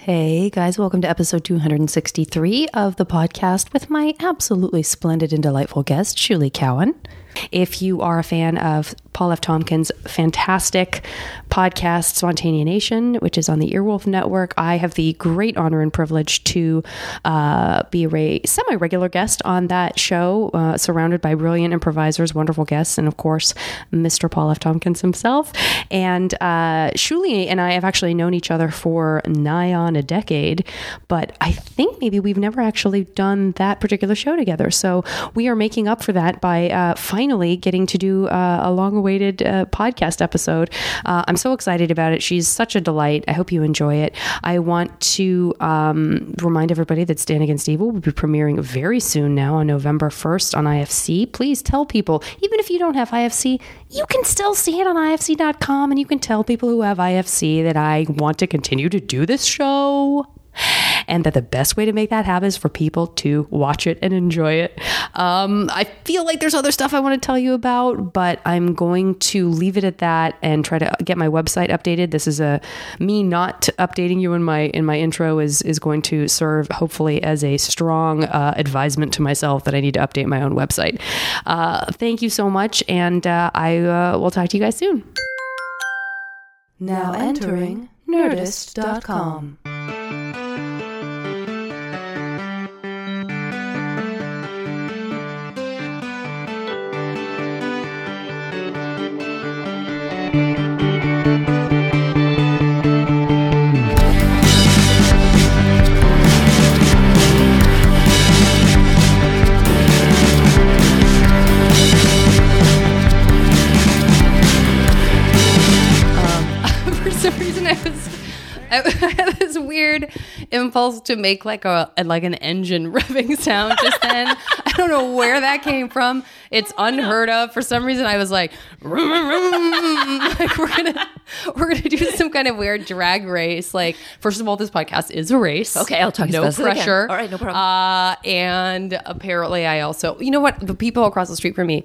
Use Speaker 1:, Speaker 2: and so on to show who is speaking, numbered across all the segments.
Speaker 1: Hey guys, welcome to episode 263 of the podcast with my absolutely splendid and delightful guest, Shuli Cowan. If you are a fan of Paul F. Tompkins' fantastic podcast, Spontanea Nation, which is on the Earwolf Network, I have the great honor and privilege to uh, be a re- semi regular guest on that show, uh, surrounded by brilliant improvisers, wonderful guests, and of course, Mr. Paul F. Tompkins himself. And uh, Shuli and I have actually known each other for nigh on a decade, but I think maybe we've never actually done that particular show together. So we are making up for that by uh, finally getting to do uh, a long awaited uh, podcast episode. Uh, I'm so excited about it. She's such a delight. I hope you enjoy it. I want to um, remind everybody that Stand Against Evil will be premiering very soon now on November 1st on IFC. Please tell people, even if you don't have IFC, you can still see it on IFC.com and you can tell people who have IFC that I want to continue to do this show and that the best way to make that happen is for people to watch it and enjoy it. Um, I feel like there's other stuff I want to tell you about, but I'm going to leave it at that and try to get my website updated. This is a me not updating you in my in my intro is is going to serve hopefully as a strong uh, advisement to myself that I need to update my own website. Uh, thank you so much, and uh, I uh, will talk to you guys soon.
Speaker 2: Now entering Nerdist.com.
Speaker 1: for some reason I was I, had this weird impulse to make like a like an engine revving sound just then. I don't know where that came from. It's unheard of. For some reason I was like, "Vroom, vroom." like we're gonna we're gonna do some kind of weird drag race. Like first of all, this podcast is a race.
Speaker 3: Okay, I'll talk
Speaker 1: No
Speaker 3: about this again.
Speaker 1: pressure.
Speaker 3: All right, no problem.
Speaker 1: Uh, and apparently, I also, you know what? The people across the street from me,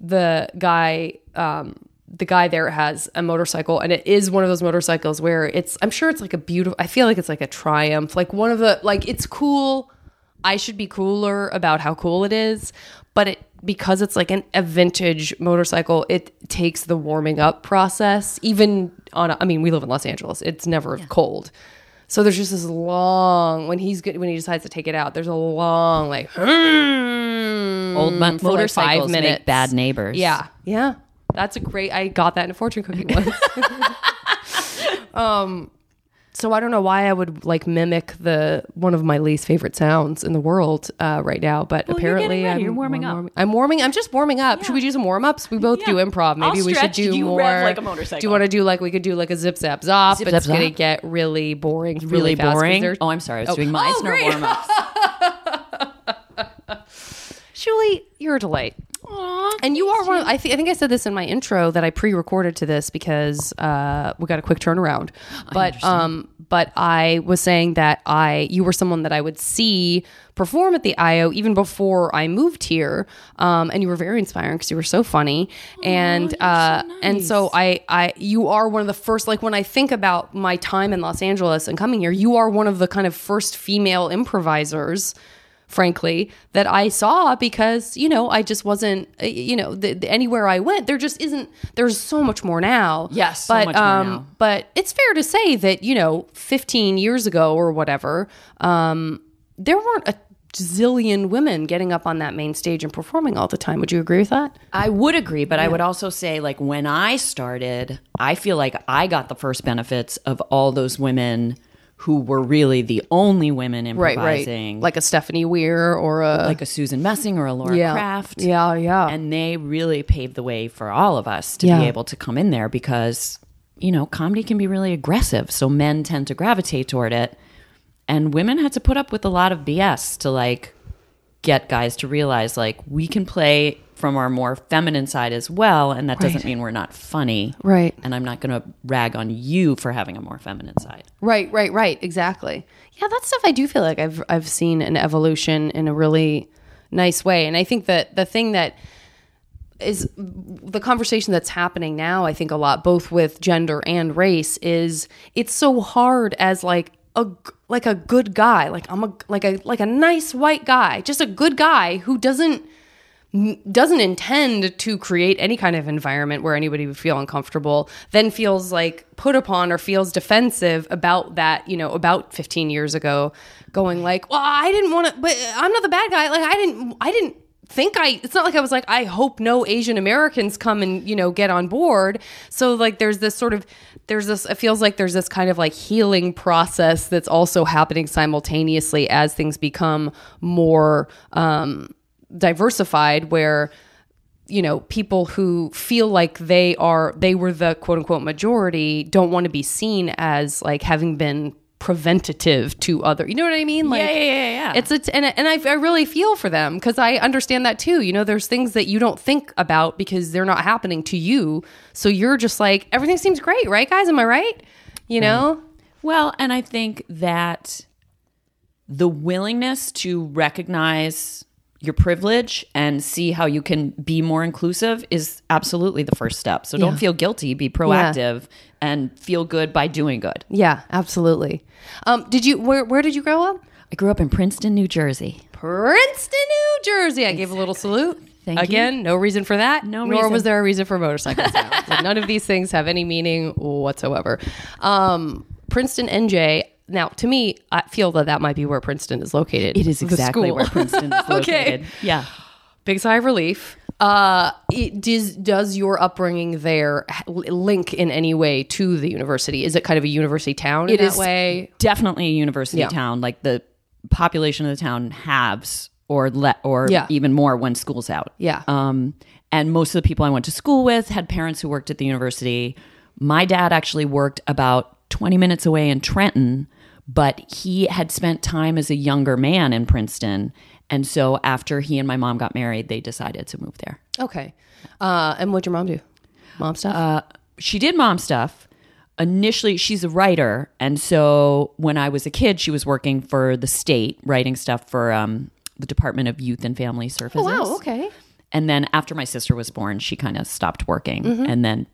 Speaker 1: the guy, um, the guy there has a motorcycle, and it is one of those motorcycles where it's, I'm sure it's like a beautiful, I feel like it's like a triumph, like one of the, like it's cool. I should be cooler about how cool it is, but it, because it's like an, a vintage motorcycle, it takes the warming up process. Even on, a, I mean, we live in Los Angeles; it's never cold. So there's just this long when he's good when he decides to take it out. There's a long like old
Speaker 3: Old mo- motorcycles make bad neighbors.
Speaker 1: Yeah, yeah, that's a great. I got that in a fortune cookie once. um, so I don't know why I would like mimic the one of my least favorite sounds in the world uh, right now, but
Speaker 3: you're getting
Speaker 1: apparently
Speaker 3: ready.
Speaker 1: I'm
Speaker 3: You're warming up.
Speaker 1: warm- I'm warming. I'm just warming up. Should we do some warm ups? We both do improv. Maybe
Speaker 3: I'll
Speaker 1: we should
Speaker 3: stretch.
Speaker 1: do
Speaker 3: You
Speaker 1: more.
Speaker 3: rev like a
Speaker 1: Do you
Speaker 3: motorcycle.
Speaker 1: want to do like we could do like a zip zap zop?
Speaker 3: Zip,
Speaker 1: but
Speaker 3: zap,
Speaker 1: it's gonna
Speaker 3: zop.
Speaker 1: get really boring.
Speaker 3: really
Speaker 1: fast 'cause
Speaker 3: boring.
Speaker 1: they're-
Speaker 3: Oh, I'm sorry. I was doing my
Speaker 1: Oh,
Speaker 3: Eisner
Speaker 1: great.
Speaker 3: warm ups.
Speaker 1: Julie, you're a delight. And you are one. Of, I, th- I think I said this in my intro that I pre-recorded to this because uh, we got a quick turnaround. But um, but I was saying that I you were someone that I would see perform at the IO even before I moved here, um, and you were very inspiring because you were so funny. and uh, and so I I you are one of the first. Like when I think about my time in Los Angeles and coming here, you are one of the kind of first female improvisers frankly, that I saw because, you know, I just wasn't, uh, you know, the, the, anywhere I went, there just isn't, there's so much more now.
Speaker 3: Yes, so
Speaker 1: But,
Speaker 3: much more
Speaker 1: um,
Speaker 3: now.
Speaker 1: but it's fair to say that, you know, 15 years ago or whatever, um, there weren't a zillion women getting up on that main stage and performing all the time. Would you agree with that?
Speaker 3: I would agree, but I would also say, like, when I started, I feel like I got the first benefits of all those women who were really the only women improvising,
Speaker 1: Like a Stephanie Weir or a,
Speaker 3: like a Susan Messing or a Laura
Speaker 1: yeah.
Speaker 3: Kraft.
Speaker 1: Yeah, yeah.
Speaker 3: And they really paved the way for all of us to
Speaker 1: Yeah.
Speaker 3: be able to come in there because, you know, comedy can be really aggressive. So men tend to gravitate toward it. And women had to put up with a lot of BS to like get guys to realize like we can play from our more feminine side as well. And that doesn't mean we're not funny.
Speaker 1: Right.
Speaker 3: And I'm not going to rag on you for having a more feminine side.
Speaker 1: Right, right, right. Exactly. Yeah, that stuff I do feel like I've I've seen an evolution in a really nice way. And I think that the thing that is the conversation that's happening now, I think a lot, both with gender and race, is it's so hard as like
Speaker 4: a g- like a good guy, like I'm a like a like a nice white guy, just a good guy who doesn't n- doesn't intend to create any kind of environment where anybody would feel uncomfortable, then feels like put upon or feels defensive about that, you know, about 15 years ago going like, "Well, I didn't want to but I'm not the bad guy. Like I didn't I didn't think I it's not like I was like I hope no Asian Americans come and you know get on board so like there's this sort of there's this it feels like there's this kind of like healing process that's also happening simultaneously as things become more um diversified where you know people who feel like they are they were the quote unquote majority don't want to be seen as like having been preventative to other you know what i mean like
Speaker 3: yeah, yeah, yeah.
Speaker 4: it's it's and, and I, I really feel for them because i understand that too you know there's things that you don't think about because they're not happening to you so you're just like everything seems great right guys am i right you know
Speaker 3: Well, and I think that the willingness to recognize your privilege and see how you can be more inclusive is absolutely the first step. So don't feel guilty, be proactive and feel good by doing good.
Speaker 4: yeah absolutely um did you where where did you grow up
Speaker 3: I grew up in Princeton, New Jersey.
Speaker 4: Princeton, New Jersey. I gave a little salute.
Speaker 3: Thank you.
Speaker 4: Again, no reason for that.
Speaker 3: No
Speaker 4: nor
Speaker 3: reason.
Speaker 4: was there a reason for motorcycle sounds. Like, none of these things have any meaning whatsoever. Um, Princeton, NJ. Now, to me, I feel that that might be where Princeton is located.
Speaker 3: It is
Speaker 4: The
Speaker 3: exactly
Speaker 4: school.
Speaker 3: where Princeton is located.
Speaker 4: okay,
Speaker 3: Yeah.
Speaker 4: big sigh of relief. Uh, it, does does your upbringing there h- link in any way to the university? Is it kind of a university town in
Speaker 3: It
Speaker 4: that
Speaker 3: is
Speaker 4: way?
Speaker 3: definitely a university
Speaker 4: Yeah.
Speaker 3: town. Like the population of the town halves or let or
Speaker 4: Yeah.
Speaker 3: even more when school's out.
Speaker 4: Yeah.
Speaker 3: Um, and most of the people I went to school with had parents who worked at the university. My dad actually worked about 20 minutes away in Trenton, but he had spent time as a younger man in Princeton. And so after he and my mom got married, they decided to move there.
Speaker 4: Okay. Uh, and what'd your mom do? Mom stuff.
Speaker 3: Uh, she did mom stuff. Initially, she's a writer, and so when I was a kid, she was working for the state, writing stuff for um, the Department of Youth and Family Services.
Speaker 4: Oh, wow. Okay.
Speaker 3: And then after my sister was born, she kind of stopped working,
Speaker 4: Mm-hmm.
Speaker 3: and then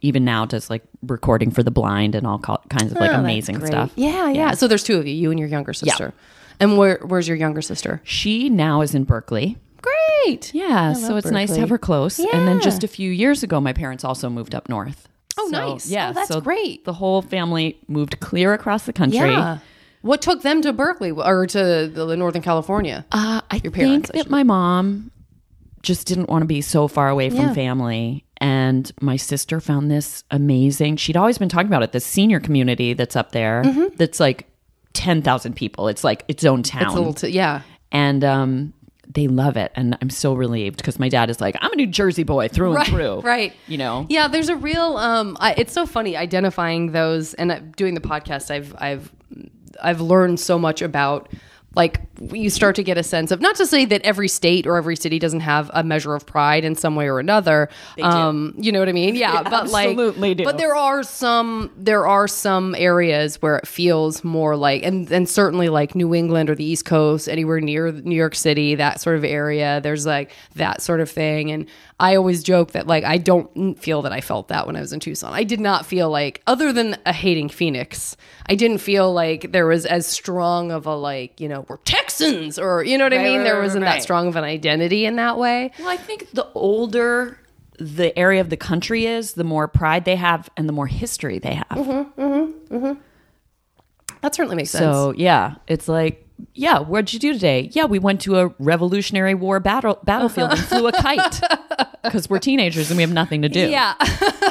Speaker 3: even now does like recording for the blind and all co- kinds of like amazing stuff.
Speaker 4: Oh, Yeah, yeah, So there's two of you, you and your younger sister. And where where's your younger sister?
Speaker 3: She now is in Berkeley.
Speaker 4: Great.
Speaker 3: Yeah, so it's nice to
Speaker 4: Berkeley.
Speaker 3: have her close. And
Speaker 4: Yeah.
Speaker 3: then just a few years ago, my parents also moved up north.
Speaker 4: Oh,
Speaker 3: So,
Speaker 4: nice. Oh, that's great.
Speaker 3: The whole family moved clear across the country.
Speaker 4: Yeah. What took them to Berkeley or to the Northern California?
Speaker 3: Uh, I
Speaker 4: parents,
Speaker 3: think that my mom just didn't want to be so far away from
Speaker 4: Yeah.
Speaker 3: family. And my sister found this amazing. She'd always been talking about it, the senior community that's up there that's like 10,000 people. It's like its own town.
Speaker 4: Mm-hmm. It's a little t- yeah.
Speaker 3: and um, they love it. And I'm so relieved because my dad is like, I'm a New Jersey boy through
Speaker 4: Right,
Speaker 3: and through.
Speaker 4: right.
Speaker 3: You know?
Speaker 4: Yeah, there's a real. Um, I, it's so funny identifying those and uh, doing the podcast. I've I've I've learned so much about like you start to get a sense of not to say that every state or every city doesn't have a measure of pride in some way or another. Um, you know what I mean? Yeah, but like
Speaker 3: absolutely do.
Speaker 4: But there are some there are some areas where it feels more like and and certainly like New England or the East Coast, anywhere near New York City, that sort of area. There's like that sort of thing, and I always joke that like I don't feel that I felt that when I was in Tucson. I did not feel like other than a hating Phoenix, I didn't feel like there was as strong of a like you know we're Texans or you know what I mean.
Speaker 3: right,
Speaker 4: there
Speaker 3: right,
Speaker 4: wasn't that
Speaker 3: right.
Speaker 4: strong of an identity in that way.
Speaker 3: Well, I think the older the area of the country is, the more pride they have and the more history they have.
Speaker 4: That certainly makes sense.
Speaker 3: So yeah, it's like, yeah, what'd you do today? Yeah, we went to a Revolutionary War battle battlefield and flew a kite because we're teenagers and we have nothing to do.
Speaker 4: Yeah.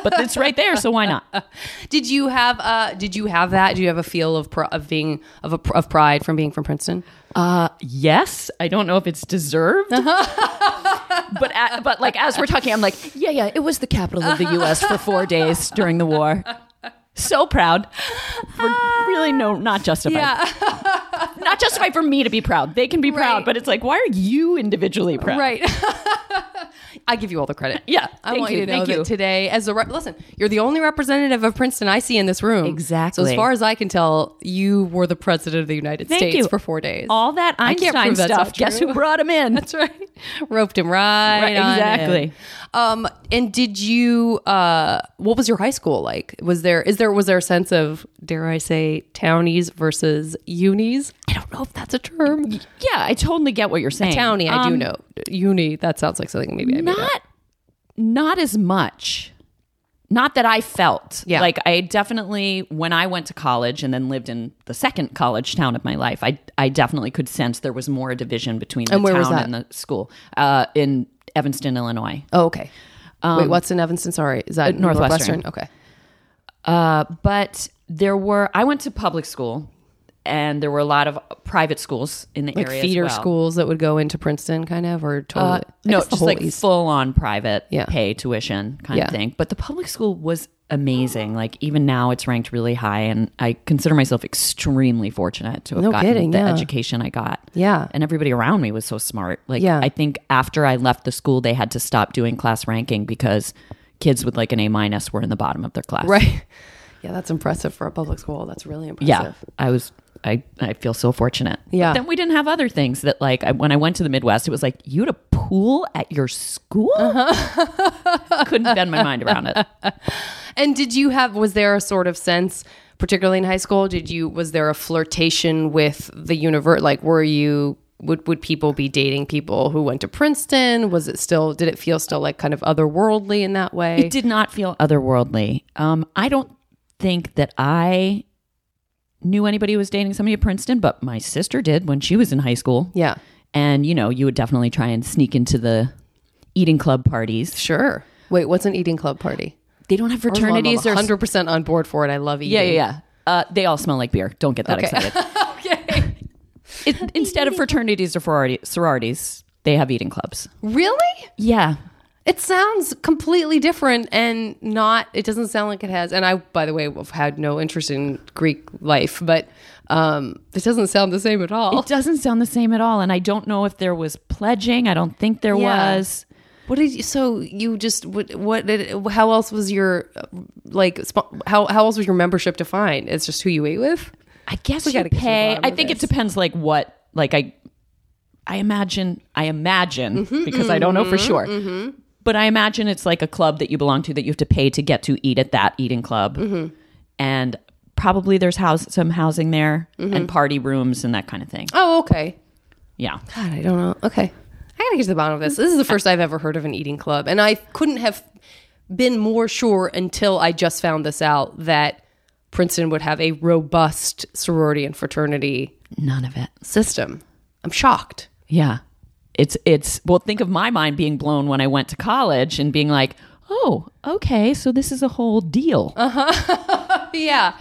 Speaker 3: but it's right there, so why not?
Speaker 4: Did you have uh did you have that? Do you have a feel of pr- of being of a, of pride from being from Princeton?
Speaker 3: Yes, I don't know if it's deserved,
Speaker 4: Uh-huh.
Speaker 3: but a but like as we're talking, I'm like, yeah, yeah, it was the capital of
Speaker 4: Uh-huh.
Speaker 3: the U.S. for four days during the war. So proud. For really, no, not justified. not justified for me to be proud. They can be
Speaker 4: Right.
Speaker 3: proud, but it's like, why are you individually proud?
Speaker 4: Right. I give you all the credit.
Speaker 3: Yeah,
Speaker 4: I
Speaker 3: thank
Speaker 4: want
Speaker 3: you,
Speaker 4: you, to know
Speaker 3: thank
Speaker 4: that
Speaker 3: you.
Speaker 4: today, as a re- listen, you're the only representative of Princeton I see in this room. So as
Speaker 3: Exactly.
Speaker 4: far as I can tell, you were the president of the United
Speaker 3: Thank
Speaker 4: States
Speaker 3: you.
Speaker 4: for four days.
Speaker 3: All that
Speaker 4: I can't
Speaker 3: Einstein
Speaker 4: prove that's
Speaker 3: stuff.
Speaker 4: not
Speaker 3: Guess
Speaker 4: true.
Speaker 3: who brought him in?
Speaker 4: That's right. Roped him right,
Speaker 3: Right,
Speaker 4: on in.
Speaker 3: exactly.
Speaker 4: Um, and did you? Uh, what was your high school like? Was there is there was there a sense of dare I say townies versus unis? I don't know if that's a term.
Speaker 3: Yeah, I totally get what you're saying.
Speaker 4: Townie, I do
Speaker 3: Um,
Speaker 4: know. Uni, that sounds like something maybe I made up.
Speaker 3: Not, not as much. Not that I felt.
Speaker 4: Yeah.
Speaker 3: Like I definitely, when I went to college and then lived in the second college town of my life, I I definitely could sense there was more division between the
Speaker 4: And where
Speaker 3: town
Speaker 4: was that?
Speaker 3: and the school uh, in Evanston, Illinois.
Speaker 4: Oh, okay. Wait, what's in Evanston? Sorry, is that
Speaker 3: Northwestern.
Speaker 4: Okay.
Speaker 3: Uh, but there were I went to public school and there were a lot of private schools in the
Speaker 4: Like
Speaker 3: area. as
Speaker 4: feeder
Speaker 3: well.
Speaker 4: schools that would go into Princeton, kind of, or totally. Oh,
Speaker 3: Uh,
Speaker 4: I
Speaker 3: no,
Speaker 4: guess the
Speaker 3: just
Speaker 4: whole
Speaker 3: like
Speaker 4: East.
Speaker 3: full on private
Speaker 4: Yeah.
Speaker 3: pay tuition kind
Speaker 4: Yeah.
Speaker 3: of thing. But the public school was amazing. Like even now it's ranked really high and I consider myself extremely fortunate to have
Speaker 4: No
Speaker 3: gotten
Speaker 4: kidding,
Speaker 3: the
Speaker 4: yeah.
Speaker 3: education I got.
Speaker 4: Yeah.
Speaker 3: And everybody around me was so smart. Like
Speaker 4: Yeah.
Speaker 3: I think after I left the school they had to stop doing class ranking because kids with like an A minus were in the bottom of their class.
Speaker 4: right. Yeah, that's impressive for a public school. That's really
Speaker 3: yeah
Speaker 4: impressive.
Speaker 3: i was i i feel so fortunate
Speaker 4: Yeah.
Speaker 3: but then we didn't have other things that like I, when i went to the midwest it was like you had a pool at your school couldn't bend my mind around it
Speaker 4: And did you have was there a sort of sense particularly in high school did you was there a flirtation with the universe like were you would would people be dating people who went to Princeton was it still did it feel still like kind of otherworldly in that way
Speaker 3: it did not feel otherworldly um i don't think that i knew anybody who was dating somebody at princeton but my sister did when she was in high school
Speaker 4: Yeah
Speaker 3: and you know you would definitely try and sneak into the eating club parties
Speaker 4: sure wait what's an eating club party
Speaker 3: they don't have fraternities
Speaker 4: I'm
Speaker 3: or
Speaker 4: 100% on board for it I love eating
Speaker 3: Yeah, yeah, yeah. Uh, they all smell like beer. Don't get that excited. It, instead of fraternities or sorority- sororities, they have eating clubs.
Speaker 4: really
Speaker 3: Yeah.
Speaker 4: It sounds completely different and not, it doesn't sound like it has. And I, by the way, have had no interest in Greek life, but um, it doesn't sound the same at all.
Speaker 3: It doesn't sound the same at all. And I don't know if there was pledging. I don't think there
Speaker 4: Yeah.
Speaker 3: was.
Speaker 4: What did you, so you just, what, what did, how else was your, uh, like, spo- how, how else was your membership defined? It's just who you ate with?
Speaker 3: I guess
Speaker 4: We
Speaker 3: you
Speaker 4: gotta get to the
Speaker 3: pay.
Speaker 4: bottom
Speaker 3: I
Speaker 4: of
Speaker 3: think it
Speaker 4: this.
Speaker 3: depends, like, what, like, I. I imagine, I imagine,
Speaker 4: Mm-hmm,
Speaker 3: because I don't know for sure, but I imagine it's like a club that you belong to that you have to pay to get to eat at that eating club.
Speaker 4: Mm-hmm.
Speaker 3: And probably there's house, some housing there
Speaker 4: Mm-hmm.
Speaker 3: and party rooms and that kind of thing.
Speaker 4: Oh, okay.
Speaker 3: Yeah.
Speaker 4: God, I don't know. Okay. I gotta get to the bottom of this. This is the first I've ever heard of an eating club. And I couldn't have been more sure until I just found this out that Princeton would have a robust sorority and fraternity
Speaker 3: None of it.
Speaker 4: system. I'm shocked.
Speaker 3: Yeah. It's it's well think of my mind being blown when I went to college and being like, "Oh, okay, so this is a whole deal."
Speaker 4: Yeah.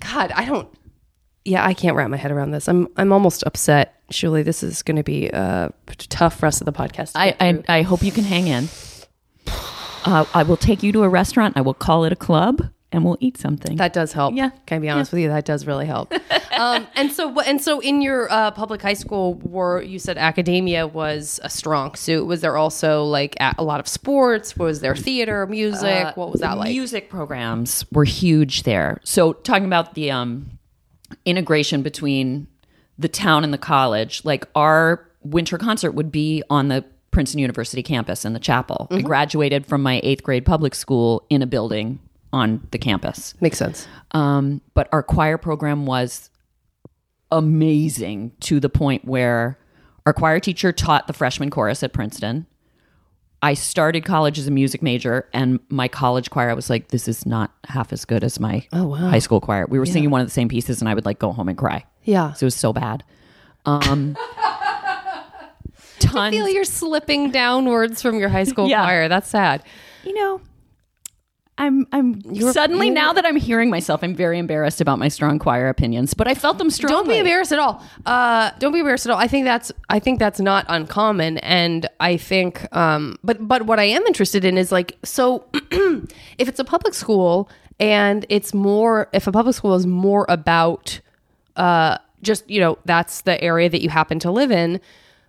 Speaker 4: God, I don't yeah, I can't wrap my head around this. I'm I'm almost upset. Shuli, this is gonna be a tough rest of the podcast.
Speaker 3: I, I I hope you can hang in. Uh, I will take you to a restaurant. I will call it a club and we'll eat something.
Speaker 4: That does help.
Speaker 3: Yeah.
Speaker 4: Can I be honest with you? That does really help. um, and so, wh- and so in your uh, public high school, were you said academia was a strong suit? Was there also like a, a lot of sports? Was there theater, music?
Speaker 3: Uh,
Speaker 4: what was that like?
Speaker 3: Music programs were huge there. So talking about the um, integration between the town and the college, like our winter concert would be on the Princeton University campus in the chapel.
Speaker 4: Mm-hmm.
Speaker 3: I graduated from my eighth grade public school in a building on the campus.
Speaker 4: Makes sense.
Speaker 3: Um, but our choir program was amazing to the point where our choir teacher taught the freshman chorus at Princeton. I started college as a music major, and my college choir, I was like, this is not half as good as my high school choir. We were singing one of the same pieces, and I would like go home and cry.
Speaker 4: Yeah.
Speaker 3: So it was so bad. Um, tons.
Speaker 4: feel you're slipping downwards from your high school
Speaker 3: Yeah.
Speaker 4: choir. That's sad.
Speaker 3: you know, I'm I'm suddenly now that I'm hearing myself, I'm very embarrassed about my strong choir opinions, but I felt them strongly.
Speaker 4: Don't be embarrassed at all. Uh, don't be embarrassed at all. I think that's I think that's not uncommon, and I think, um, but but what I am interested in is like so, if it's a public school and it's more if a public school is more about uh, just you know that's the area that you happen to live in,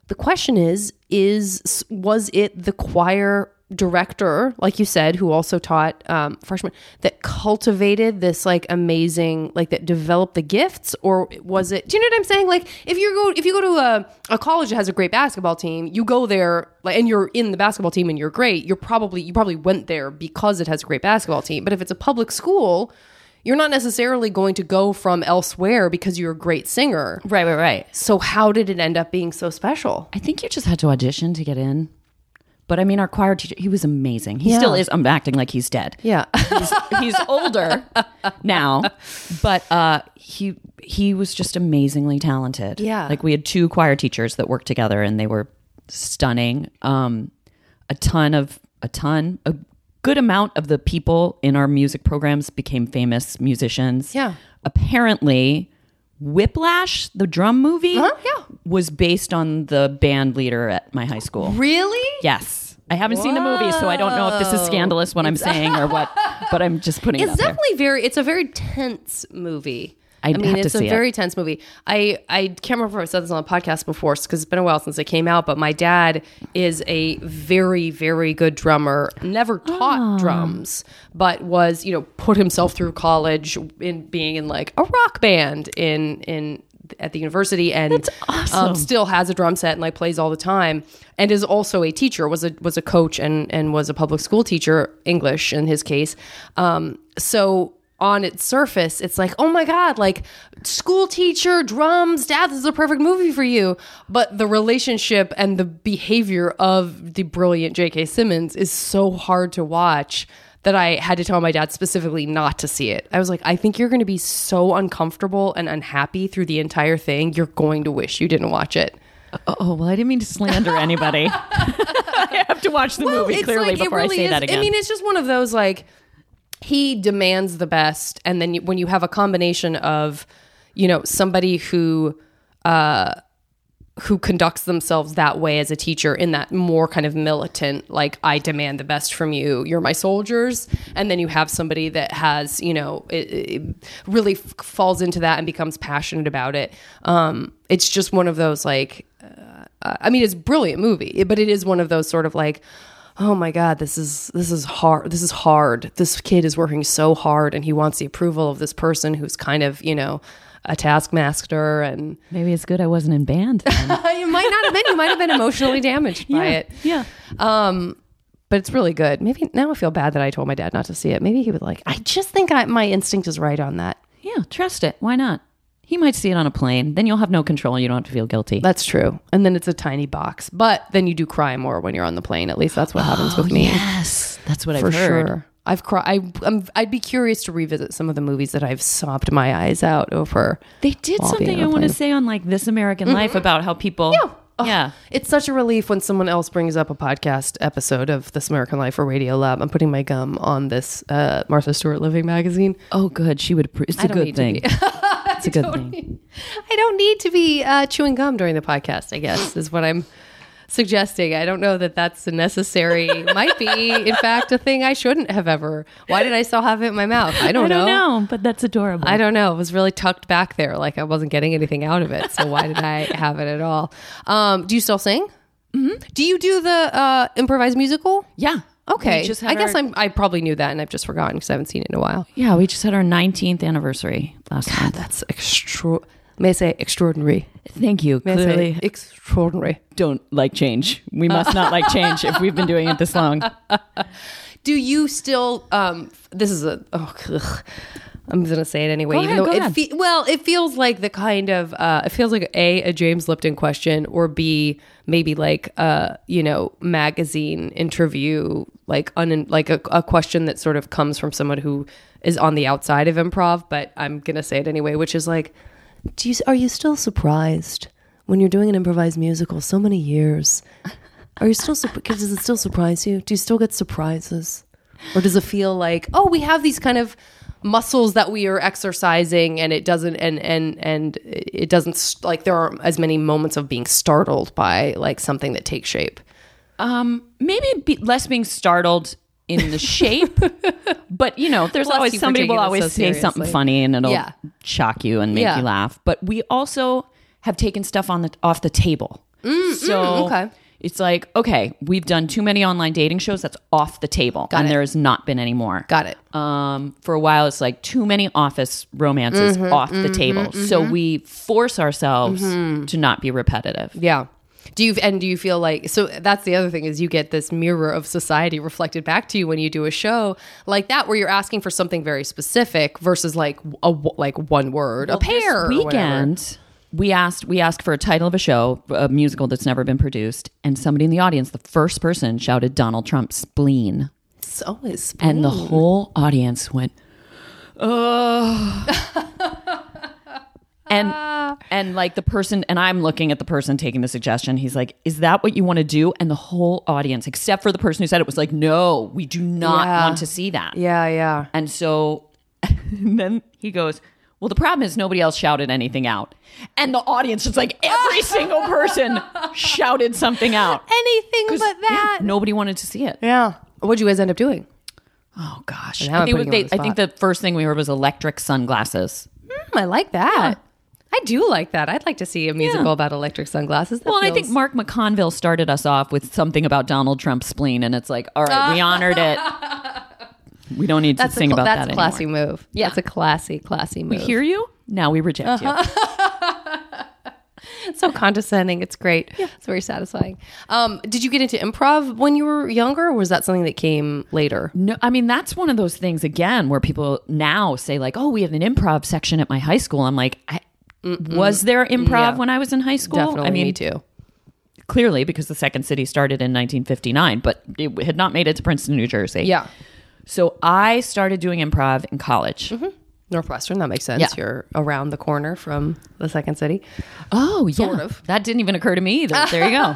Speaker 1: The question is is was it the choir director, like you said, who also taught um, freshmen that cultivated this like amazing, like that developed the gifts, or was it? Do you know what I'm saying? Like if you go if you go to a, a college that has a great basketball team, you go there like and you're in the basketball team and you're great. You're probably you probably went there because it has a great basketball team. But if it's a public school. You're not necessarily going to go from elsewhere because you're a great singer.
Speaker 3: Right, right, right.
Speaker 1: So, how did it end up being so special?
Speaker 3: I think you just had to audition to get in. But I mean, our choir teacher, he was amazing. He still
Speaker 1: Yeah.
Speaker 3: is. I'm acting like he's dead.
Speaker 1: Yeah.
Speaker 3: he's, he's older now, but uh, he he was just amazingly talented.
Speaker 1: Yeah.
Speaker 3: like we had two choir teachers that worked together, and they were stunning. Um, a ton of a ton a good amount of the people in our music programs became famous musicians.
Speaker 1: Yeah.
Speaker 3: apparently. Whiplash, the drum movie,
Speaker 1: Uh-huh, yeah.
Speaker 3: was based on the band leader at my high school.
Speaker 1: Really?
Speaker 3: Yes. I haven't seen the movie, so I don't know if this is scandalous what I'm saying or what, but I'm just putting it
Speaker 1: It's
Speaker 3: out there.
Speaker 1: definitely very. It's a very tense movie.
Speaker 3: I'd
Speaker 1: mean,
Speaker 3: have to
Speaker 1: it's a
Speaker 3: see it.
Speaker 1: very tense movie. I I can't remember if I said this on the podcast before because it's been a while since it came out. But my dad is a very very good drummer. Never taught drums, but was you know put himself through college in being in like a rock band in in at the university and um, still has a drum set and like plays all the time and is also a teacher was a was a coach and and was a public school teacher english in his case um so on its surface it's like oh my god like school teacher drums dad this is a perfect movie for you but the relationship and the behavior of the brilliant jk simmons is so hard to watch that I had to tell my dad specifically not to see it. I was like, I think you're going to be so uncomfortable and unhappy through the entire thing. You're going to wish you didn't watch it.
Speaker 3: Oh, well, I didn't mean to slander anybody. I have to watch the movie clearly before I say
Speaker 1: is,
Speaker 3: that again.
Speaker 1: I mean, it's just one of those like he demands the best, and then you, when you have a combination of you know somebody who uh, who conducts themselves that way as a teacher in that more kind of militant, like I demand the best from you, you're my soldiers, and then you have somebody that has you know it, it really f- falls into that and becomes passionate about it. Um, it's just one of those like uh, I mean, it's a brilliant movie, but it is one of those sort of like, oh my god, this is this is hard. This is hard. This kid is working so hard, and he wants the approval of this person who's kind of you know a taskmaster, and
Speaker 3: Maybe it's good I wasn't in band. then.
Speaker 1: Uh, you might not have been. You might have been emotionally damaged by it.
Speaker 3: yeah.
Speaker 1: But it's really good. Maybe now I feel bad that I told my dad not to see it. Maybe he would like. I just think I, my instinct is right on that.
Speaker 3: Yeah, trust it. Why not? He might see it on a plane. Then you'll have no control. You don't have to feel guilty.
Speaker 1: That's true. And then it's a tiny box, but then you do cry more when you're on the plane. At least that's what happens with me.
Speaker 3: yes. That's what
Speaker 1: for
Speaker 3: Oh, I've heard.
Speaker 1: sure. I've cried. I, I'm, I'd be curious to revisit some of the movies that I've sobbed my eyes out over.
Speaker 3: They did
Speaker 1: While being
Speaker 3: something
Speaker 1: on
Speaker 3: I
Speaker 1: a
Speaker 3: want to
Speaker 1: plane.
Speaker 3: say on like This American Life about how people. Yeah. yeah.
Speaker 1: It's such a relief when someone else brings up a podcast episode of This American Life or Radio Lab. I'm putting my gum on this uh, Martha Stewart Living magazine.
Speaker 3: Oh, good. She would. appro- It's a
Speaker 1: don't need
Speaker 3: good
Speaker 1: to
Speaker 3: thing.
Speaker 1: be-
Speaker 3: it's a good thing.
Speaker 1: I don't need to be uh, chewing gum during the podcast, I guess, is what I'm suggesting. I don't know that that's a necessary, might be, in fact, a thing I shouldn't have ever. Why did I still have it in my mouth? I don't,
Speaker 3: I don't know, but that's adorable.
Speaker 1: I don't know. It was really tucked back there. Like I wasn't getting anything out of it. So why did I have it at all? Um, do you still sing? Mm-hmm. Do you do the uh, improvised musical?
Speaker 3: Yeah.
Speaker 1: Okay.
Speaker 3: We just had
Speaker 1: I guess
Speaker 3: our-
Speaker 1: I'm, I probably knew that and I've just forgotten because I haven't seen it in a while.
Speaker 3: Yeah, we just had our 19th anniversary last month.
Speaker 1: That's extra. May I say extraordinary?
Speaker 3: Thank you.
Speaker 1: May I
Speaker 3: Clearly,
Speaker 1: say extraordinary?
Speaker 3: don't like change. We must not like change if we've been doing it this long.
Speaker 1: Do you still? Um, this is a. Oh, ugh. I'm gonna say it anyway.
Speaker 3: Go
Speaker 1: even
Speaker 3: ahead,
Speaker 1: though
Speaker 3: go
Speaker 1: it
Speaker 3: ahead.
Speaker 1: fe- well, it feels like the kind of uh, it feels like a a James Lipton question, or b maybe like uh you know magazine interview, like un like a, a question that sort of comes from someone who is on the outside of improv. But I'm gonna say it anyway, which is like, do you are you still surprised when you're doing an improvised musical so many years? Are you still surp- does it still surprise you? Do you still get surprises? Or does it feel like, oh, we have these kind of muscles that we are exercising and it doesn't and and and it doesn't st- like there aren't as many moments of being startled by like something that takes shape.
Speaker 3: Um, maybe be less being startled in the shape, but you know, there's
Speaker 1: Bless you
Speaker 3: always
Speaker 1: for
Speaker 3: somebody
Speaker 1: taking
Speaker 3: will
Speaker 1: it
Speaker 3: always
Speaker 1: so
Speaker 3: say something
Speaker 1: seriously.
Speaker 3: funny and it'll
Speaker 1: Yeah.
Speaker 3: shock you and make
Speaker 1: Yeah.
Speaker 3: you laugh. But we also have taken stuff on the off the table. so
Speaker 4: okay.
Speaker 3: it's like, okay, we've done too many online dating shows. That's off the table. and
Speaker 4: it.
Speaker 3: there has not been any more.
Speaker 4: Got it.
Speaker 3: Um, for a while, it's like too many office romances off the table. So we force ourselves to not be repetitive.
Speaker 4: Yeah. Do you and do you feel like so that's the other thing is you get this mirror of society reflected back to you when you do a show like that where you're asking for something very specific versus like a like one word a
Speaker 3: This
Speaker 4: pair or whatever.
Speaker 3: weekend we asked we asked for a title of a show a musical that's never been produced and somebody in the audience the first person shouted donald trump spleen
Speaker 4: so is
Speaker 3: and the whole audience went oh and and like the person and i'm looking at the person taking the suggestion he's like is that what you want to do and the whole audience except for the person who said it was like no we do not
Speaker 4: Yeah.
Speaker 3: want to see that
Speaker 4: yeah yeah
Speaker 3: and so and then he goes, Well, the problem is nobody else shouted anything out. And the audience, it's like every single person shouted something out.
Speaker 4: anything
Speaker 3: 'Cause,
Speaker 4: but
Speaker 3: yeah,
Speaker 4: that
Speaker 3: nobody wanted to see it.
Speaker 4: yeah what'd you guys end up doing
Speaker 3: Oh, gosh.
Speaker 4: Now I'm
Speaker 3: I think, it was-
Speaker 4: putting you on
Speaker 3: they-
Speaker 4: the
Speaker 3: I think the first thing we heard was electric sunglasses.
Speaker 4: Hmm, I like that I do like that I'd like to see a musical
Speaker 3: Yeah.
Speaker 4: about electric sunglasses that
Speaker 3: Well, and I
Speaker 4: feels-
Speaker 3: think Mark McConville started us off with something about Donald Trump's spleen. And it's like, All right, we honored it. We don't need to
Speaker 4: that's a
Speaker 3: sing
Speaker 4: cl-
Speaker 3: about
Speaker 4: that's
Speaker 3: that
Speaker 4: a
Speaker 3: anymore.
Speaker 4: classy move yeah that's a classy classy move
Speaker 3: We hear you. Now we reject you.
Speaker 4: It's so condescending. It's great. It's very satisfying. Um, did you get into improv when you were younger, or was that something that came later?
Speaker 3: No, I mean that's one of those things again where people now say like, "Oh, we have an improv section at my high school." I'm like, I, "Was there improv when I was in high school?"
Speaker 4: Definitely,
Speaker 3: I mean,
Speaker 4: me too.
Speaker 3: clearly because the Second City started in 1959, but it had not made it to Princeton, New Jersey.
Speaker 4: Yeah,
Speaker 3: So I started doing improv in college.
Speaker 4: Mm-hmm. Northwestern. That makes sense.
Speaker 3: Yeah.
Speaker 4: You're around the corner from the second city.
Speaker 3: Oh, yeah.
Speaker 4: Sort of.
Speaker 3: That didn't even occur to me either. There you go.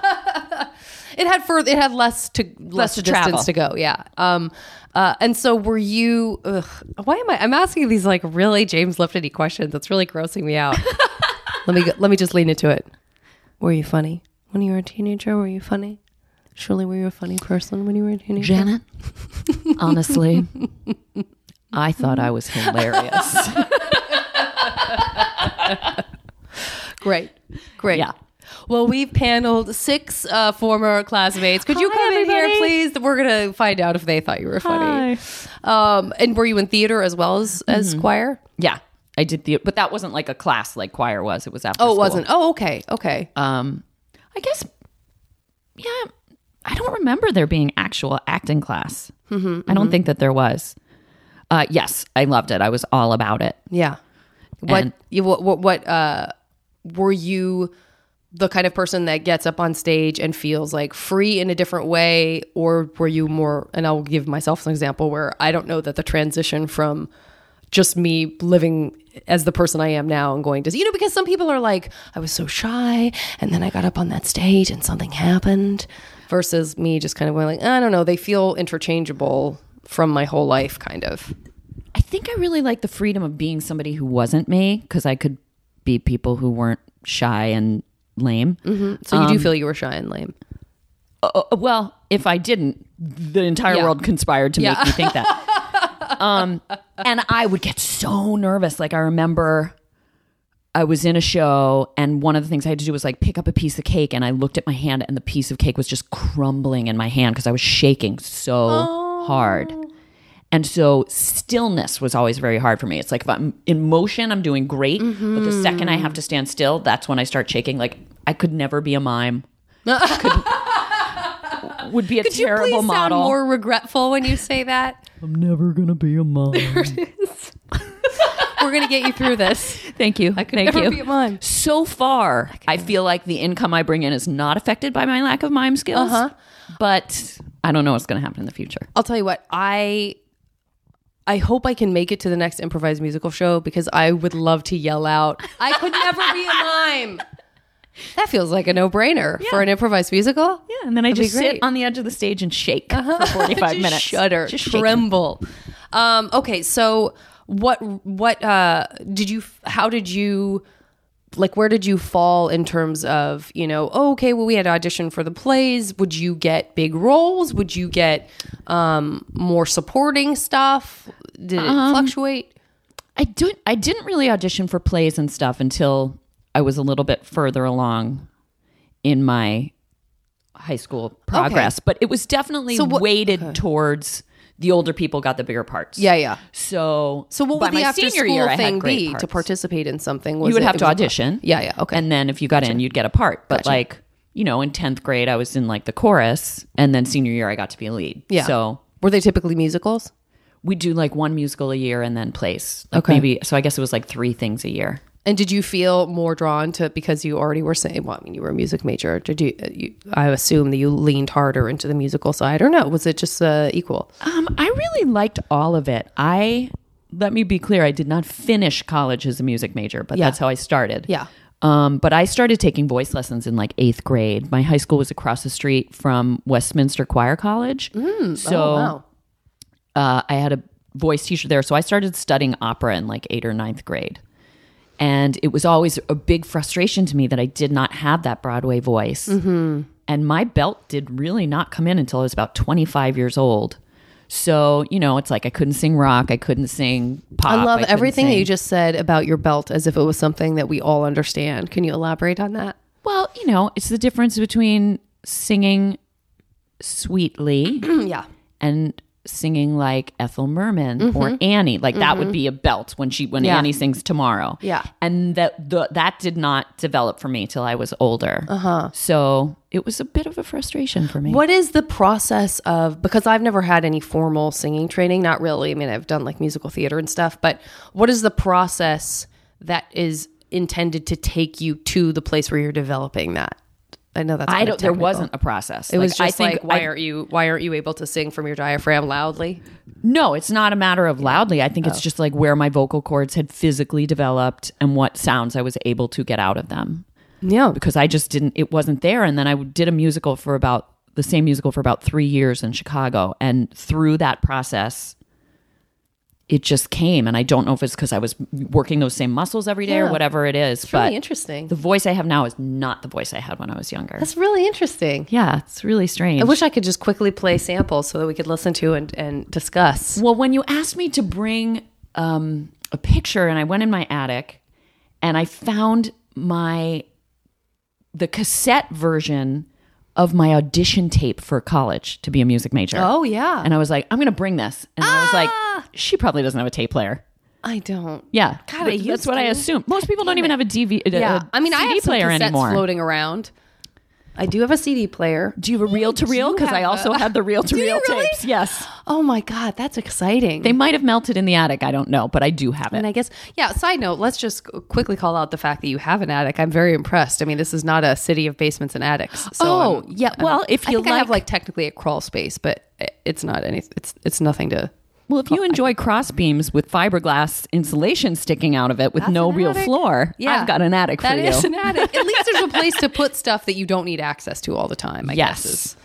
Speaker 4: It had further. It had less to less,
Speaker 3: to
Speaker 4: distance
Speaker 3: travel.
Speaker 4: to go. Yeah. Um. Uh. And so were you? Ugh, why am I? I'm asking these like really James Liftedy questions. That's really grossing me out. let me go, let me just lean into it. Were you funny when you were a teenager? Were you funny? Surely, were you a funny person when you were a teenager?
Speaker 3: Janet, honestly, I thought I was hilarious.
Speaker 4: Great. Great.
Speaker 3: Yeah.
Speaker 4: Well, we've paneled six uh, former classmates. Could you
Speaker 3: Hi,
Speaker 4: come in here,
Speaker 3: everybody.
Speaker 4: please? We're going to find out if they thought you were funny. Um, and were you in theater as well as, as choir?
Speaker 3: yeah. I did the but that wasn't like a class like choir was. It was after
Speaker 4: Oh,
Speaker 3: school.
Speaker 4: it wasn't. Oh, okay. Okay.
Speaker 3: um i guess yeah i don't remember there being actual acting class i don't think that there was uh yes i loved it i was all about it
Speaker 4: yeah. What,
Speaker 3: and-
Speaker 4: you, what, what, what, uh, were you the kind of person that gets up on stage and feels like free in a different way? Or were you more, and I'll give myself an example where I don't know that the transition from just me living as the person I am now and going to, you know, because some people are like, I was so shy and then I got up on that stage and something happened versus me just kind of going like, I don't know. They feel interchangeable from my whole life, kind of.
Speaker 3: i think i really liked the freedom of being somebody who wasn't me because i could be people who weren't shy and lame
Speaker 4: So
Speaker 3: Um,
Speaker 4: you do feel you were shy and lame.
Speaker 3: Mm-hmm. Uh, uh, well if i didn't the entire
Speaker 4: Yeah.
Speaker 3: world conspired to make me think that um and i would get so nervous like i remember I was in a show, and one of the things I had to do was like pick up a piece of cake, and I looked at my hand, and the piece of cake was just crumbling in my hand because I was shaking so
Speaker 4: Oh.
Speaker 3: hard. And so, stillness was always very hard for me. It's like if I'm in motion, I'm doing great, but the second I have to stand still, that's when I start shaking. Like I could never be a mime. could, would be a terrible
Speaker 4: you please
Speaker 3: model.
Speaker 4: Sound more regretful when you say that.
Speaker 3: I'm never gonna be a mime.
Speaker 4: We're gonna get you through this.
Speaker 3: Thank you. Thank
Speaker 4: never
Speaker 3: you.
Speaker 4: be a mime.
Speaker 3: So far, I feel like the income I bring in is not affected by my lack of mime skills. But I don't know what's going to happen in the future.
Speaker 4: I'll tell you what. I I hope I can make it to the next improvised musical show because I would love to yell out. I could never be a mime. That feels like a no-brainer for an improvised musical.
Speaker 3: Yeah, and then I
Speaker 4: That'd be
Speaker 3: just sit
Speaker 4: great.
Speaker 3: on the edge of the stage and shake for 45
Speaker 4: Just
Speaker 3: minutes.
Speaker 4: Shudder,
Speaker 3: Uh-huh. Just shake.
Speaker 4: tremble. Um, okay, so what what uh, did you? How did you? Like, where did you fall in terms of you know? Oh, okay, well, we had to audition for the plays. Would you get big roles? Would you get um, more supporting stuff? Did it
Speaker 3: Um,
Speaker 4: fluctuate?
Speaker 3: I don't I didn't really audition for plays and stuff until I was a little bit further along in my high school progress, but it was definitely
Speaker 1: So what-
Speaker 3: weighted towards the older people got the bigger parts.
Speaker 1: Yeah, yeah.
Speaker 3: So,
Speaker 1: So what
Speaker 3: by
Speaker 1: would the
Speaker 3: my
Speaker 1: after
Speaker 3: senior
Speaker 1: school
Speaker 3: year, I had
Speaker 1: thing
Speaker 3: great
Speaker 1: be to
Speaker 3: parts.
Speaker 1: participate in something? Was
Speaker 3: You would
Speaker 1: it-
Speaker 3: have
Speaker 1: it
Speaker 3: to
Speaker 1: was a-
Speaker 3: audition.
Speaker 1: Yeah, yeah, okay.
Speaker 3: And then if you got in, you'd get a part. But like, you know, in tenth grade, I was in like the chorus, and then senior year, I got to be a lead.
Speaker 1: Yeah.
Speaker 3: So
Speaker 1: Were they typically musicals?
Speaker 3: we do like one musical a year and then plays. Like
Speaker 1: Okay.
Speaker 3: Maybe so. I guess it was like three things a year.
Speaker 1: And did you feel more drawn to because you already were saying, well, I mean, you were a music major. Did you? uh, you I assume that you leaned harder into the musical side, or no? Was it just uh, equal?
Speaker 3: Um, I really liked all of it. I let me be clear, I did not finish college as a music major, but
Speaker 1: Yeah.
Speaker 3: that's how I started.
Speaker 1: Yeah.
Speaker 3: Um, but I started taking voice lessons in like eighth grade. My high school was across the street from Westminster Choir College. so
Speaker 1: Mm, oh, wow.
Speaker 3: uh, I had a voice teacher there. So I started studying opera in like eighth or ninth grade. And it was always a big frustration to me that I did not have that Broadway voice.
Speaker 1: Mm-hmm.
Speaker 3: And my belt did really not come in until I was about 25 years old. So, you know, it's like I couldn't sing rock, I couldn't sing pop.
Speaker 1: I love
Speaker 3: couldn't
Speaker 1: everything that
Speaker 3: sing-
Speaker 1: you just said about your belt as if it was something that we all understand. Can you elaborate on that?
Speaker 3: Well, you know, it's the difference between singing sweetly
Speaker 1: yeah.
Speaker 3: and singing like Ethel Merman or Annie. Like that would be a belt when she when
Speaker 1: Mm-hmm. Yeah.
Speaker 3: Annie sings tomorrow.
Speaker 1: Yeah.
Speaker 3: And that the, that did not develop for me till I was older. Uh-huh. So it was a bit of a frustration for me.
Speaker 1: What is the process of because I've never had any formal singing training, not really. I mean, I've done like musical theater and stuff, but what is the process that is intended to take you to the place where you're developing that? I know that's
Speaker 3: I
Speaker 1: kinda
Speaker 3: don't. There
Speaker 1: technical.
Speaker 3: wasn't a process.
Speaker 1: It was
Speaker 3: I
Speaker 1: just
Speaker 3: think
Speaker 1: like why
Speaker 3: I-
Speaker 1: aren't you why aren't you able to sing from your diaphragm loudly?
Speaker 3: No, it's not a matter of loudly. I
Speaker 1: Oh.
Speaker 3: think it's just like where my vocal cords had physically developed and what sounds I was able to get out of them.
Speaker 1: Yeah.
Speaker 3: because I just didn't, it wasn't there. And then I did a musical for about the same musical for about three years in Chicago. And through that process, it just came. And I don't know if it's because I was working those same muscles every day
Speaker 1: Yeah.
Speaker 3: or whatever it is.
Speaker 1: Really
Speaker 3: but
Speaker 1: interesting.
Speaker 3: the voice I have now is not the voice I had when I was younger.
Speaker 1: That's really interesting.
Speaker 3: yeah, it's really strange.
Speaker 1: I wish I could just quickly play samples so that we could listen to and, and discuss.
Speaker 3: Well, when you asked me to bring um, a picture, and I went in my attic, and I found my the cassette version of my audition tape for college to be a music major.
Speaker 1: Oh Ah. yeah.
Speaker 3: And I was like, I'm going to bring this. And I was like, she probably doesn't have a tape player.
Speaker 1: I don't.
Speaker 3: Yeah,
Speaker 1: God, I
Speaker 3: Th- that's
Speaker 1: used
Speaker 3: what I
Speaker 1: to.
Speaker 3: assume. Most people don't even have a DV. a-
Speaker 1: Yeah,
Speaker 3: a
Speaker 1: I mean, I
Speaker 3: CD
Speaker 1: have some
Speaker 3: player
Speaker 1: cassettes
Speaker 3: anymore.
Speaker 1: floating around. I do have a CD player.
Speaker 3: Do you have a reel to reel? Because I
Speaker 1: have
Speaker 3: also had the reel to reel
Speaker 1: you really?
Speaker 3: tapes. Yes,
Speaker 1: Oh my god, that's exciting!
Speaker 3: they might have melted in the attic. I don't know, but I do have it.
Speaker 1: and I guess, yeah. Side note: Let's just quickly call out the fact that you have an attic. I'm very impressed. I mean, this is not a city of basements and attics. So
Speaker 3: Oh,
Speaker 1: I'm-
Speaker 3: yeah.
Speaker 1: I'm-
Speaker 3: Well, if
Speaker 1: I
Speaker 3: you
Speaker 1: think I have
Speaker 3: like-
Speaker 1: like technically a crawl space, but i- it's not any. It's it's nothing to.
Speaker 3: Well, if you enjoy cross beams with fiberglass insulation sticking out of it with no real floor, I've got an attic
Speaker 1: That
Speaker 3: for
Speaker 1: is
Speaker 3: you.
Speaker 1: an attic. At least there's a place to put stuff that you don't need access to all the time. I
Speaker 3: Yes.
Speaker 1: guess. is,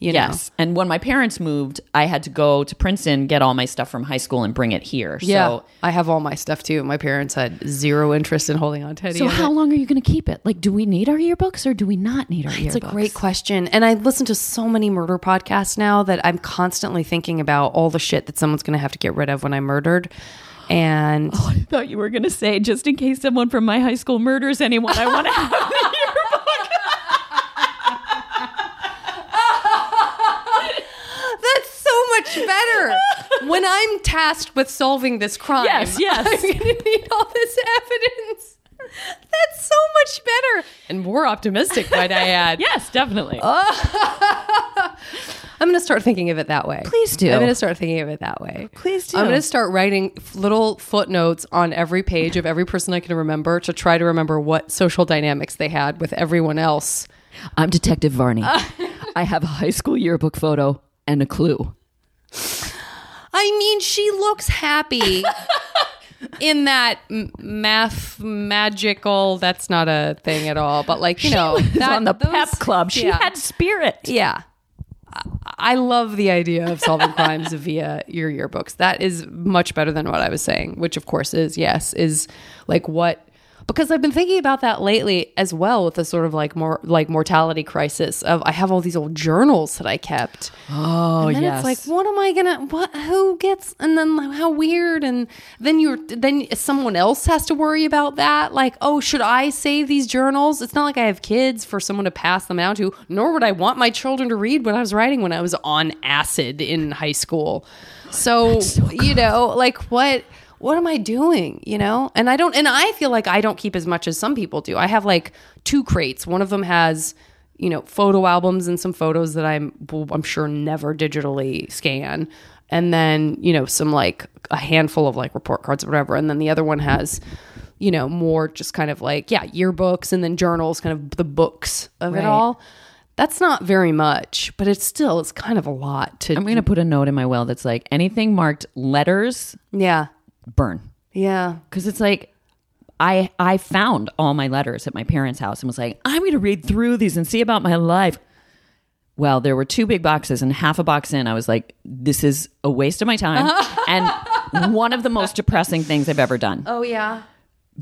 Speaker 1: you know.
Speaker 3: yes. And when my parents moved, I had to go to Princeton, get all my stuff from high school, and bring it here.
Speaker 1: Yeah,
Speaker 3: So,
Speaker 1: I have all my stuff too. My parents had zero interest in holding on to any
Speaker 3: so
Speaker 1: of it.
Speaker 3: how long are you going to keep it? Like, do we need our yearbooks or do we not need our yearbooks?
Speaker 1: It's a great question. And I listen to so many murder podcasts now that I'm constantly thinking about all the shit that someone's going to have to get rid of when I'm murdered. And
Speaker 3: I thought you were going to say, just in case someone from my high school murders anyone, I want to have a yearbook.
Speaker 1: that's so much better. when I'm tasked with solving this crime,
Speaker 3: Yes, yes.
Speaker 1: I'm going to need all this evidence. That's so much better. And more optimistic, might I add.
Speaker 3: yes, definitely.
Speaker 1: I'm going to start thinking of it that way.
Speaker 3: Please do.
Speaker 1: I'm going to start thinking of it that way.
Speaker 3: Please do.
Speaker 1: I'm going to start writing f- little footnotes on every page of every person I can remember to try to remember what social dynamics they had with everyone else.
Speaker 3: I'm Detective Varney. I have a high school yearbook photo and a clue.
Speaker 1: I mean, she looks happy in that m- math magical. That's not a thing at all. But like you know, that,
Speaker 3: on the
Speaker 1: those-
Speaker 3: pep club. She
Speaker 1: yeah.
Speaker 3: had spirit.
Speaker 1: Yeah. I I love the idea of solving crimes via your yearbooks. That is much better than what I was saying, which of course is yes, is like what because I've been thinking about that lately as well with the sort of like more like mortality crisis of I have all these old journals that I kept.
Speaker 3: Oh
Speaker 1: And then it's
Speaker 3: yes.
Speaker 1: like, what am I gonna? What? Who gets? And then like, how weird? And then you're then someone else has to worry about that. Like, oh, should I save these journals? It's not like I have kids for someone to pass them down to. Nor would I want my children to read what I was writing when I was on acid in high school. So, you know, like what? What am I doing? You know, and I don't. And I feel like I don't keep as much as some people do. I have like two crates. One of them has you know photo albums and some photos that I'm will, I'm sure never digitally scan and then you know some like a handful of like report cards or whatever and then the other one has you know more just kind of like yeah yearbooks and then journals kind of the books of
Speaker 3: Right.
Speaker 1: it all that's not very much but it's still it's kind of a lot to
Speaker 3: I'm gonna put a note in my will that's like anything marked letters
Speaker 1: yeah
Speaker 3: burn
Speaker 1: yeah
Speaker 3: because it's like I I found all my letters at my parents' house and was like I'm gonna read through these and see about my life. Well, there were two big boxes and half a box in. I was like, this is a waste of my time and one of the most depressing things I've ever done
Speaker 1: oh yeah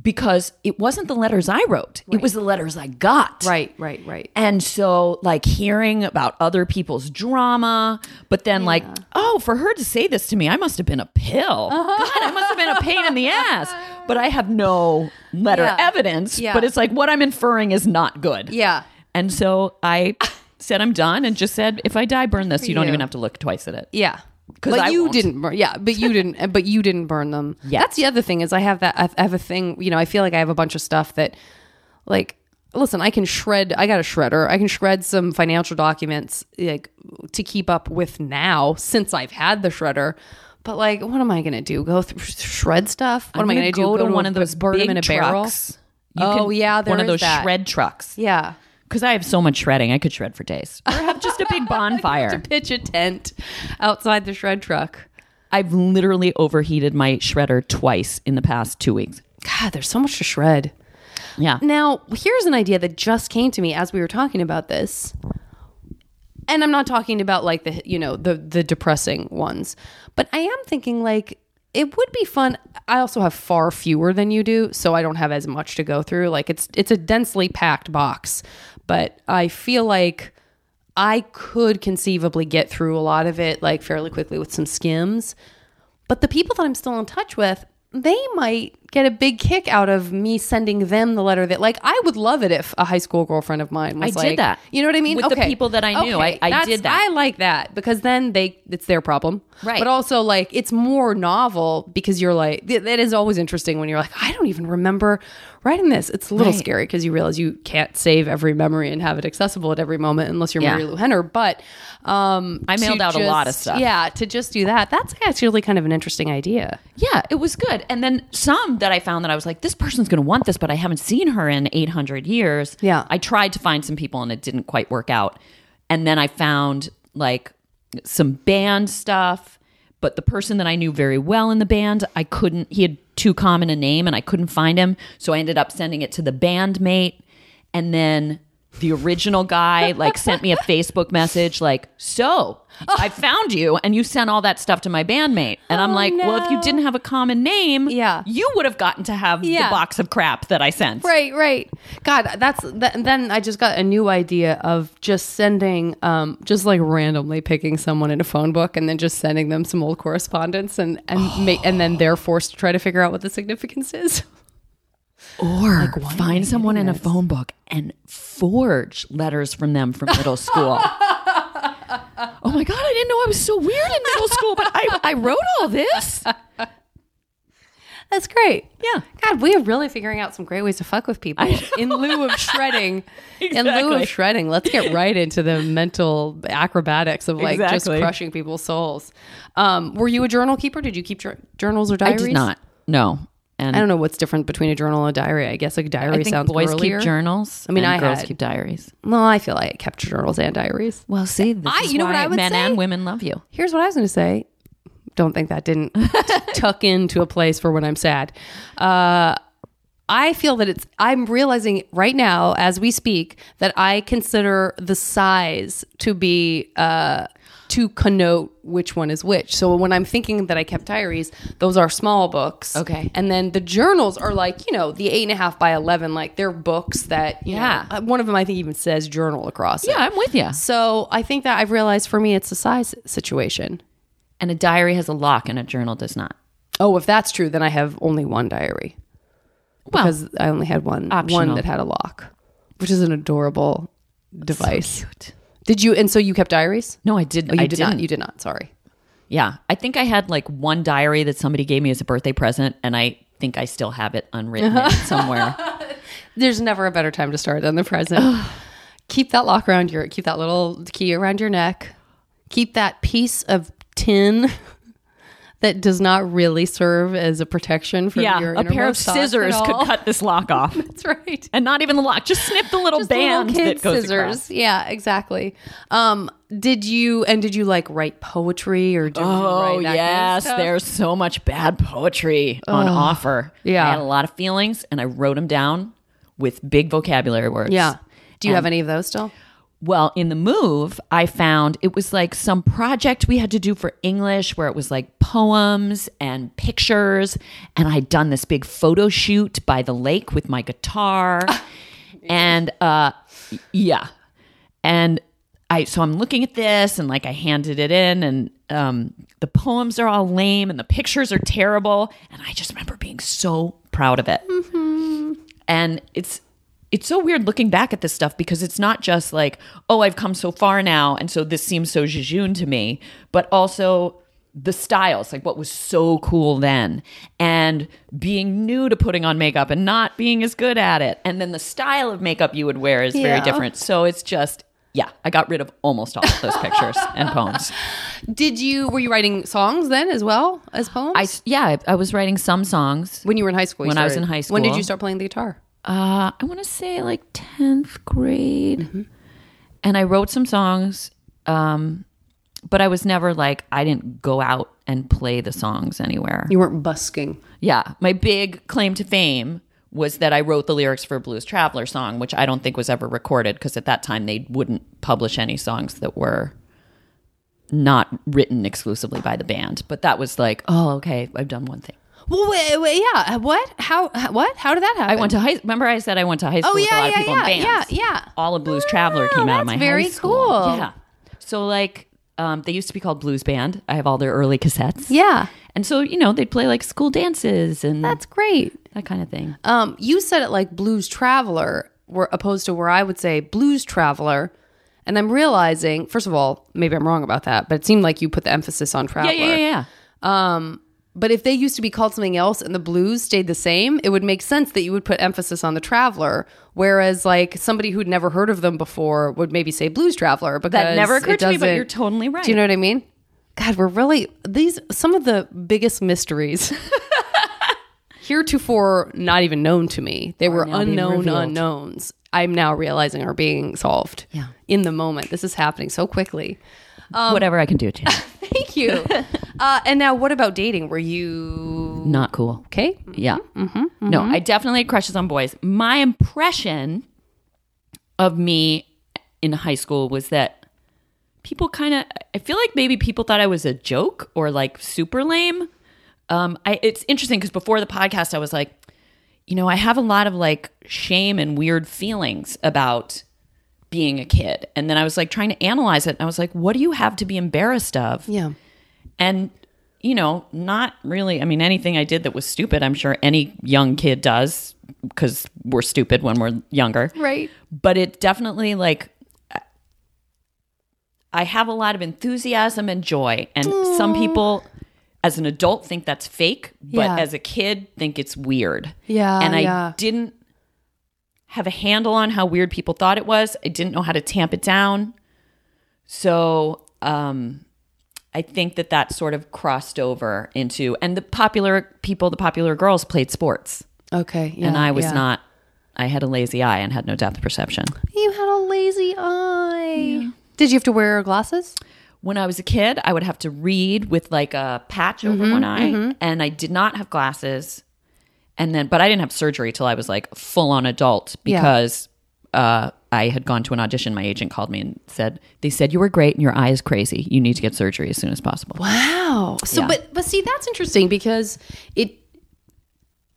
Speaker 3: because it wasn't the letters I wrote; it was the letters I got.
Speaker 1: right right right
Speaker 3: And so, like, hearing about other people's drama, but then, like, oh, for her to say this to me, I must have been a pill.
Speaker 1: Uh-huh.
Speaker 3: God, I must have been a pain in the ass. But I have no letter
Speaker 1: Yeah.
Speaker 3: evidence.
Speaker 1: Yeah.
Speaker 3: But it's like what I'm inferring is not good.
Speaker 1: yeah
Speaker 3: And so I said, I'm done, and just said, if I die, burn this. You don't
Speaker 1: you.
Speaker 3: even have to look twice at it.
Speaker 1: Yeah.
Speaker 3: 'Cause
Speaker 1: But
Speaker 3: I
Speaker 1: you
Speaker 3: won't.
Speaker 1: didn't burn. Yeah, but you didn't. uh, but you didn't burn them.
Speaker 3: Yet.
Speaker 1: That's the other thing is I have that. I have a thing. You know, I feel like I have a bunch of stuff that, like, listen, I can shred. I got a shredder. I can shred some financial documents like to keep up with now since I've had the shredder. But like, what am I gonna do? Go through shred stuff? What am I gonna
Speaker 3: gonna go
Speaker 1: do?
Speaker 3: to one of those
Speaker 1: burn
Speaker 3: big
Speaker 1: them in a barrel?
Speaker 3: trucks. You
Speaker 1: Oh
Speaker 3: can-
Speaker 1: yeah, there
Speaker 3: one of
Speaker 1: is
Speaker 3: those
Speaker 1: that.
Speaker 3: shred trucks.
Speaker 1: Yeah,
Speaker 3: Because I have so much shredding, I could shred for days. Or have just a big bonfire.
Speaker 1: pitch a tent outside the shred truck.
Speaker 3: I've literally overheated my shredder twice in the past two weeks.
Speaker 1: God, there's so much to shred.
Speaker 3: Yeah.
Speaker 1: Now, here's an idea that just came to me as we were talking about this. And I'm not talking about like the you know the the depressing ones, but I am thinking like it would be fun. I also have far fewer than you do, so I don't have as much to go through. Like it's it's a densely packed box, but I feel like I could conceivably get through a lot of it like fairly quickly with some skims. But the people that I'm still in touch with, they might get a big kick out of me sending them the letter that, like, I would love it if a high school girlfriend of mine
Speaker 3: I
Speaker 1: was
Speaker 3: did
Speaker 1: like,
Speaker 3: that.
Speaker 1: You know what I mean?
Speaker 3: With the people that I knew, I- I
Speaker 1: That's-
Speaker 3: did that.
Speaker 1: I like that because then they, it's their problem.
Speaker 3: Right.
Speaker 1: But also, like, it's more novel because you're like, th- that is always interesting when you're like, I don't even remember writing this. It's a little
Speaker 3: Right.
Speaker 1: scary because you realize you can't save every memory and have it accessible at every moment unless you're
Speaker 3: Yeah.
Speaker 1: Mary Lou Henner. But, um,
Speaker 3: I mailed
Speaker 1: to
Speaker 3: out a lot of
Speaker 1: just-
Speaker 3: stuff.
Speaker 1: Yeah, to just do that. That's actually kind of an interesting idea.
Speaker 3: Yeah, it was good. And then some that I found that I was like, this person's going to want this, but I haven't seen her in 800 years.
Speaker 1: Yeah.
Speaker 3: I tried to find some people and it didn't quite work out. And then I found like some band stuff, but the person that I knew very well in the band, I couldn't, he had too common a name and I couldn't find him. So I ended up sending it to the bandmate. And then the original guy like sent me a Facebook message like, "So, I found you and you sent all that stuff to my bandmate." And I'm like, "Well, if you didn't have a common name,
Speaker 1: Oh, Yeah.
Speaker 3: you would have gotten to have
Speaker 1: Yeah.
Speaker 3: the box of crap that I sent."
Speaker 1: Right, right. God, that's th- then I just got a new idea of just sending um just like randomly picking someone in a phone book and then just sending them some old correspondence and and ma- and then they're forced to try to figure out what the significance is.
Speaker 3: Or find someone in a phone book and forge letters from them from middle school. oh my god, I didn't know I was so weird in middle school, but I I wrote all this.
Speaker 1: That's great.
Speaker 3: Yeah.
Speaker 1: God, we are really figuring out some great ways to fuck with people in lieu of shredding. In lieu
Speaker 3: Exactly.
Speaker 1: of shredding, let's get right into the mental acrobatics of like
Speaker 3: Exactly.
Speaker 1: just crushing people's souls. Um, were you a journal keeper? Did you keep jour- journals or
Speaker 3: I
Speaker 1: diaries?
Speaker 3: did not. No. And
Speaker 1: I don't know what's different between a journal and a diary. I guess like a diary
Speaker 3: I think
Speaker 1: sounds
Speaker 3: boys
Speaker 1: girlier.
Speaker 3: keep journals.
Speaker 1: I mean,
Speaker 3: and
Speaker 1: I
Speaker 3: girls
Speaker 1: had-
Speaker 3: keep diaries.
Speaker 1: Well, I feel like I kept journals and diaries.
Speaker 3: Well, see, this
Speaker 1: I-
Speaker 3: is
Speaker 1: you know what
Speaker 3: why
Speaker 1: I would
Speaker 3: men
Speaker 1: say?
Speaker 3: and women love you.
Speaker 1: Here's what I was going to say. Don't think that didn't tuck into a place for when I'm sad. Uh, I feel that it's. I'm realizing right now as we speak that I consider the size to be uh,
Speaker 4: to connote which one is which. So when I'm thinking that I kept diaries, those are small books.
Speaker 3: Okay.
Speaker 4: And then the journals are like, you know, the eight and a half by 11, like they're books that, you
Speaker 3: Yeah.
Speaker 4: know, uh, one of them I think even says journal across it.
Speaker 3: Yeah, I'm with you.
Speaker 4: So I think that I've realized for me, it's a size situation.
Speaker 3: And a diary has a lock and a journal does not.
Speaker 4: Oh, if that's true, then I have only one diary.
Speaker 3: Well,
Speaker 4: because I only had one
Speaker 3: optional.
Speaker 4: one that had a lock, which is an adorable device. Did you? And so you kept diaries?
Speaker 3: no, I did.
Speaker 4: Oh, you
Speaker 3: I
Speaker 4: did
Speaker 3: didn't.
Speaker 4: not. You did not. Sorry.
Speaker 3: Yeah. I think I had like one diary that somebody gave me as a birthday present, and I think I still have it unwritten in somewhere.
Speaker 4: There's never a better time to start than the present. keep that lock around your. Keep that little key around your neck. Keep that piece of tin. That does not really serve as a protection for your
Speaker 3: a pair of
Speaker 4: innermost thoughts at
Speaker 3: scissors could
Speaker 4: all.
Speaker 3: cut this lock off.
Speaker 4: That's right.
Speaker 3: and not even the lock. Just snip the little
Speaker 4: Just little
Speaker 3: band
Speaker 4: kid
Speaker 3: that goes
Speaker 4: scissors.
Speaker 3: across.
Speaker 4: Yeah, exactly. Um, did you and did you like write poetry or? Did
Speaker 3: Oh
Speaker 4: you write that kind of
Speaker 3: yes,
Speaker 4: stuff?
Speaker 3: there's so much bad poetry on offer.
Speaker 4: Yeah.
Speaker 3: I had a lot of feelings, and I wrote them down with big vocabulary words.
Speaker 4: Yeah. Do
Speaker 3: um,
Speaker 4: you have any of those still?
Speaker 3: Well, in the move, I found it was like some project we had to do for English where it was like poems and pictures. And I'd done this big photo shoot by the lake with my guitar. and uh, yeah. And I, so I'm looking at this and like I handed it in and um, the poems are all lame and the pictures are terrible. And I just remember being so proud of it and it's it's so weird looking back at this stuff because it's not just like oh i've come so far now and so this seems so jejune to me but also the styles like what was so cool then and being new to putting on makeup and not being as good at it and then the style of makeup you would wear is very
Speaker 4: Yeah.
Speaker 3: different so it's just yeah i got rid of almost all of those pictures and poems
Speaker 4: Did you were you writing songs then as well as poems?
Speaker 3: i yeah i, I was writing some songs
Speaker 4: when you were in high school. you
Speaker 3: When I was
Speaker 4: started.
Speaker 3: in high
Speaker 4: When did
Speaker 3: school.
Speaker 4: you start playing the guitar?
Speaker 3: uh, I want to say like 10th grade.
Speaker 4: Mm-hmm.
Speaker 3: And I wrote some songs, um, but I was never like, I didn't go out and play the songs anywhere.
Speaker 4: You weren't busking.
Speaker 3: Yeah. My big claim to fame was that I wrote the lyrics for Blues Traveler song, which I don't think was ever recorded because at that time they wouldn't publish any songs that were not written exclusively by the band. But that was like, oh, okay, I've done one thing.
Speaker 4: Well, wait, wait, yeah. Uh, What? How? What? How did that happen?
Speaker 3: I went to high. Remember, I said I went to high school
Speaker 4: Oh,
Speaker 3: with a
Speaker 4: yeah,
Speaker 3: lot of
Speaker 4: yeah,
Speaker 3: people in
Speaker 4: yeah,
Speaker 3: bands.
Speaker 4: yeah, yeah.
Speaker 3: All of Blues Traveler came out
Speaker 4: that's
Speaker 3: of my
Speaker 4: very
Speaker 3: high school.
Speaker 4: cool.
Speaker 3: Yeah. So like, um, they used to be called Blues Band. I have all their early cassettes.
Speaker 4: Yeah,
Speaker 3: And so you know they'd play like school dances and
Speaker 4: that's great.
Speaker 3: that kind of thing.
Speaker 4: Um, you said it like blues traveler, were opposed to where I would say blues traveler. And I'm realizing, first of all, maybe I'm wrong about that, but it seemed like you put the emphasis on
Speaker 3: yeah,
Speaker 4: traveler.
Speaker 3: yeah, yeah, yeah.
Speaker 4: But if they used to be called something else and the blues stayed the same, it would make sense that you would put emphasis on the traveler. Whereas, like somebody who'd never heard of them before would maybe say blues traveler. Because
Speaker 3: That never
Speaker 4: it
Speaker 3: occurred to me, but
Speaker 4: doesn't-
Speaker 3: you're totally right.
Speaker 4: Do you know what I mean? God, we're really these some of the biggest mysteries heretofore not even known to me. They were
Speaker 3: now being
Speaker 4: unknown
Speaker 3: revealed.
Speaker 4: unknowns. I'm now realizing are being solved.
Speaker 3: Yeah.
Speaker 4: In the moment, this is happening so quickly.
Speaker 3: Whatever I can do, Jan.
Speaker 4: Thank you. uh, and now, what about dating? Were you
Speaker 3: not cool.
Speaker 4: okay?
Speaker 3: Yeah. No, I definitely had crushes on boys. My impression of me in high school was that people kind of, I feel like maybe people thought I was a joke or like super lame. Um, I, it's interesting because before the podcast, I was like, you know, I have a lot of like shame and weird feelings about being a kid. And then I was like trying to analyze it. And I was like, what do you have to be embarrassed of?
Speaker 4: Yeah.
Speaker 3: and you know not really i mean anything i did that was stupid i'm sure any young kid does because we're stupid when we're younger
Speaker 4: Right.
Speaker 3: but it definitely like i have a lot of enthusiasm and joy and some people as an adult think that's fake but
Speaker 4: Yeah.
Speaker 3: as a kid think it's weird
Speaker 4: Yeah,
Speaker 3: and i
Speaker 4: yeah.
Speaker 3: didn't have a handle on how weird people thought it was i didn't know how to tamp it down so um I think that that sort of crossed over into, and the popular people, the popular girls played sports.
Speaker 4: Okay.
Speaker 3: and I was
Speaker 4: yeah.
Speaker 3: not, I had a lazy eye and had no depth perception.
Speaker 4: You had a lazy eye. Did you have to wear glasses?
Speaker 3: When I was a kid, I would have to read with like a patch over
Speaker 4: Mm-hmm,
Speaker 3: one eye, and I did not have glasses. And then, but I didn't have surgery till I was like full on adult because uh, I had gone to an audition, my agent called me and said, They said you were great and your eye is crazy. You need to get surgery as soon as possible.
Speaker 4: Wow. So,
Speaker 3: Yeah.
Speaker 4: but but see, that's interesting because it.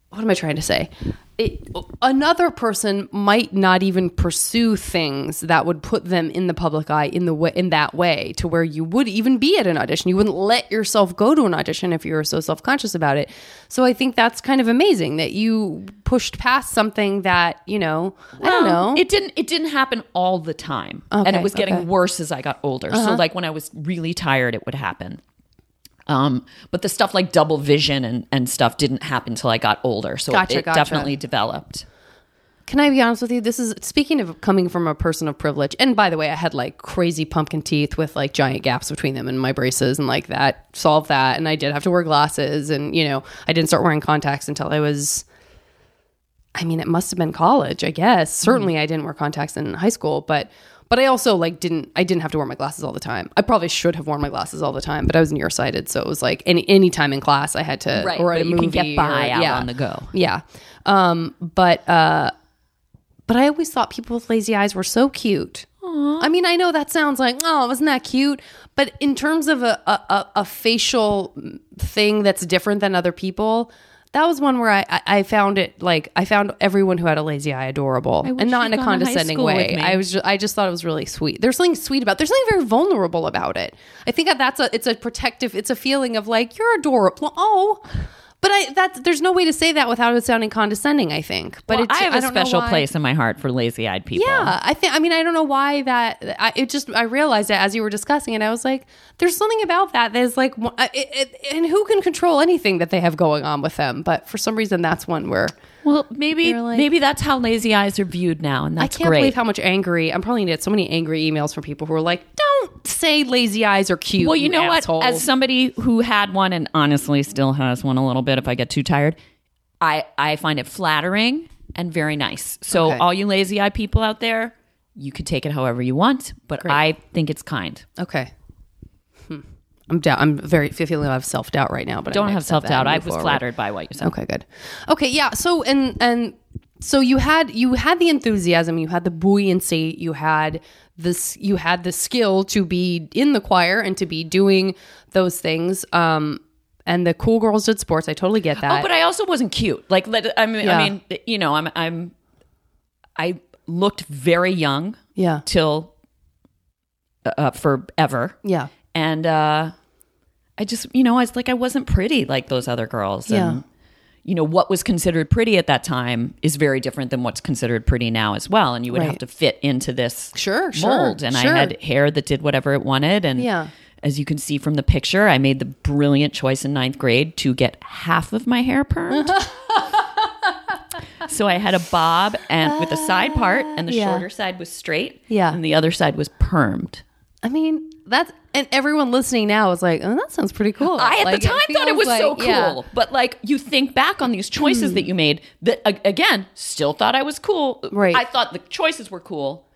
Speaker 4: What am I trying to say? It, another person might not even pursue things that would put them in the public eye in the way, in that way to where you would even be at an audition. You wouldn't let yourself go to an audition if you were so self conscious about it. So I think that's kind of amazing that you pushed past something that you know. I don't know.
Speaker 3: Um, It didn't it didn't happen all the time. and
Speaker 4: Okay,
Speaker 3: it was getting
Speaker 4: okay.
Speaker 3: worse as I got older. So like when I was really tired it would happen. Um, but the stuff like double vision and, and stuff didn't happen till I got older. So
Speaker 4: Gotcha,
Speaker 3: it
Speaker 4: gotcha.
Speaker 3: definitely developed.
Speaker 4: Can I be honest with you? This is speaking of coming from a person of privilege. And by the way, I had like crazy pumpkin teeth with like giant gaps between them and my braces and like that solved that. And I did have to wear glasses and, you know, I didn't start wearing contacts until I was, I mean, it must have been college, I guess.
Speaker 3: Mm-hmm.
Speaker 4: Certainly I didn't wear contacts in high school, but. But I also like didn't I didn't have to wear my glasses all the time. I probably should have worn my glasses all the time, but I was nearsighted, so it was like any any time in class I had to
Speaker 3: Right,
Speaker 4: or at
Speaker 3: but
Speaker 4: a
Speaker 3: you Oh, can get
Speaker 4: movie
Speaker 3: by
Speaker 4: or-
Speaker 3: out on the go.
Speaker 4: Yeah, um, but uh, but I always thought people with lazy eyes were so cute. I mean, I know that sounds like, oh, wasn't that cute? But in terms of a, a, a, a facial thing that's different than other people, that was one where I, I, I found it like I found everyone who had a lazy eye adorable, and not
Speaker 3: you'd
Speaker 4: in a
Speaker 3: gone to high
Speaker 4: condescending
Speaker 3: school with
Speaker 4: way.
Speaker 3: me.
Speaker 4: I was just, I just thought it was really sweet. There's something sweet about. There's something very vulnerable about it. I think that that's a it's a protective. It's a feeling of like you're adorable. Oh. But I that there's no way to say that without it sounding condescending. I think, but
Speaker 3: Well,
Speaker 4: it's,
Speaker 3: I have
Speaker 4: a
Speaker 3: a special place in my heart for lazy eyed people.
Speaker 4: yeah, I think. I mean, I don't know why that. I, it just I realized it as you were discussing it. I was like, there's something about that that is like, mo- I- it, it, and who can control anything that they have going on with them? But for some reason, that's one where
Speaker 3: Well, maybe
Speaker 4: They're like-
Speaker 3: maybe that's how lazy eyes are viewed now, and
Speaker 4: I
Speaker 3: that's
Speaker 4: can't
Speaker 3: great.
Speaker 4: believe how much angry I'm probably gonna get so many angry emails from people who are like, don't say lazy eyes are cute.
Speaker 3: well, you know
Speaker 4: asshole."
Speaker 3: what? As somebody who had one and honestly still has one a little bit, if I get too tired, I I find it flattering and very nice. So
Speaker 4: Okay.
Speaker 3: all you lazy eye people out there, you could take it however you want, but I think it's kind.
Speaker 4: okay. Hmm. I'm doubt. I'm very feeling a lot of self doubt right now. But I
Speaker 3: Don't
Speaker 4: may
Speaker 3: have
Speaker 4: accept
Speaker 3: self
Speaker 4: that
Speaker 3: doubt.
Speaker 4: and
Speaker 3: I
Speaker 4: move
Speaker 3: was
Speaker 4: forward.
Speaker 3: flattered by what you said.
Speaker 4: Okay, good. Okay, yeah. So and and so you had you had the enthusiasm, you had the buoyancy, you had this you had the skill to be in the choir and to be doing those things. Um and the cool girls did sports. I totally get that.
Speaker 3: Oh, but I also wasn't cute. Like, let, I mean,
Speaker 4: Yeah.
Speaker 3: I mean, you know, I'm, I'm, I looked very young
Speaker 4: yeah.
Speaker 3: till uh, forever,
Speaker 4: Yeah.
Speaker 3: and uh, I just, you know, I was like, I wasn't pretty like those other girls.
Speaker 4: Yeah.
Speaker 3: And, you know, what was considered pretty at that time is very different than what's considered pretty now as well. And you would have
Speaker 4: Right.
Speaker 3: to fit into this
Speaker 4: Sure, sure,
Speaker 3: mold. and
Speaker 4: sure.
Speaker 3: I had hair that did whatever it wanted. And
Speaker 4: Yeah.
Speaker 3: as you can see from the picture, I made the brilliant choice in ninth grade to get half of my hair permed. so I had a bob and with a side part, and the
Speaker 4: Ah, Yeah.
Speaker 3: shorter side was straight,
Speaker 4: Yeah.
Speaker 3: and the other side was permed.
Speaker 4: I mean, that's and everyone listening now is like, "Oh, that sounds pretty cool."
Speaker 3: I at
Speaker 4: Like,
Speaker 3: the time thought it
Speaker 4: feels
Speaker 3: was so
Speaker 4: like-
Speaker 3: cool,
Speaker 4: yeah.
Speaker 3: but like you think back on these choices that you made, that a- again, still thought I was cool.
Speaker 4: Right.
Speaker 3: I thought the choices were cool,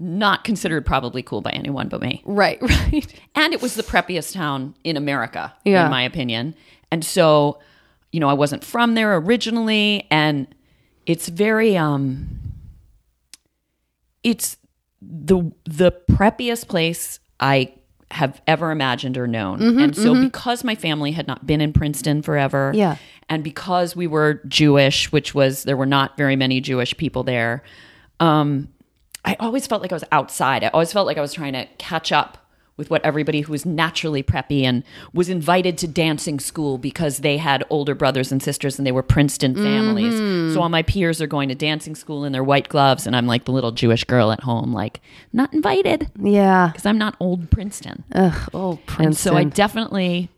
Speaker 3: not considered probably cool by anyone but me.
Speaker 4: Right, right.
Speaker 3: And it was the preppiest town in America,
Speaker 4: Yeah.
Speaker 3: in my opinion. And so, you know, I wasn't from there originally, and it's very um, it's the the preppiest place I have ever imagined or known.
Speaker 4: Mm-hmm,
Speaker 3: and so because my family had not been in Princeton forever
Speaker 4: Yeah.
Speaker 3: and because we were Jewish, which was there were not very many Jewish people there, um I always felt like I was outside. I always felt like I was trying to catch up with what everybody who was naturally preppy and was invited to dancing school because they had older brothers and sisters and they were Princeton families.
Speaker 4: Mm-hmm.
Speaker 3: So all my peers are going to dancing school in their white gloves and I'm like the little Jewish girl at home like not invited
Speaker 4: Yeah.
Speaker 3: because I'm not old Princeton.
Speaker 4: Ugh, oh, Princeton.
Speaker 3: And so I definitely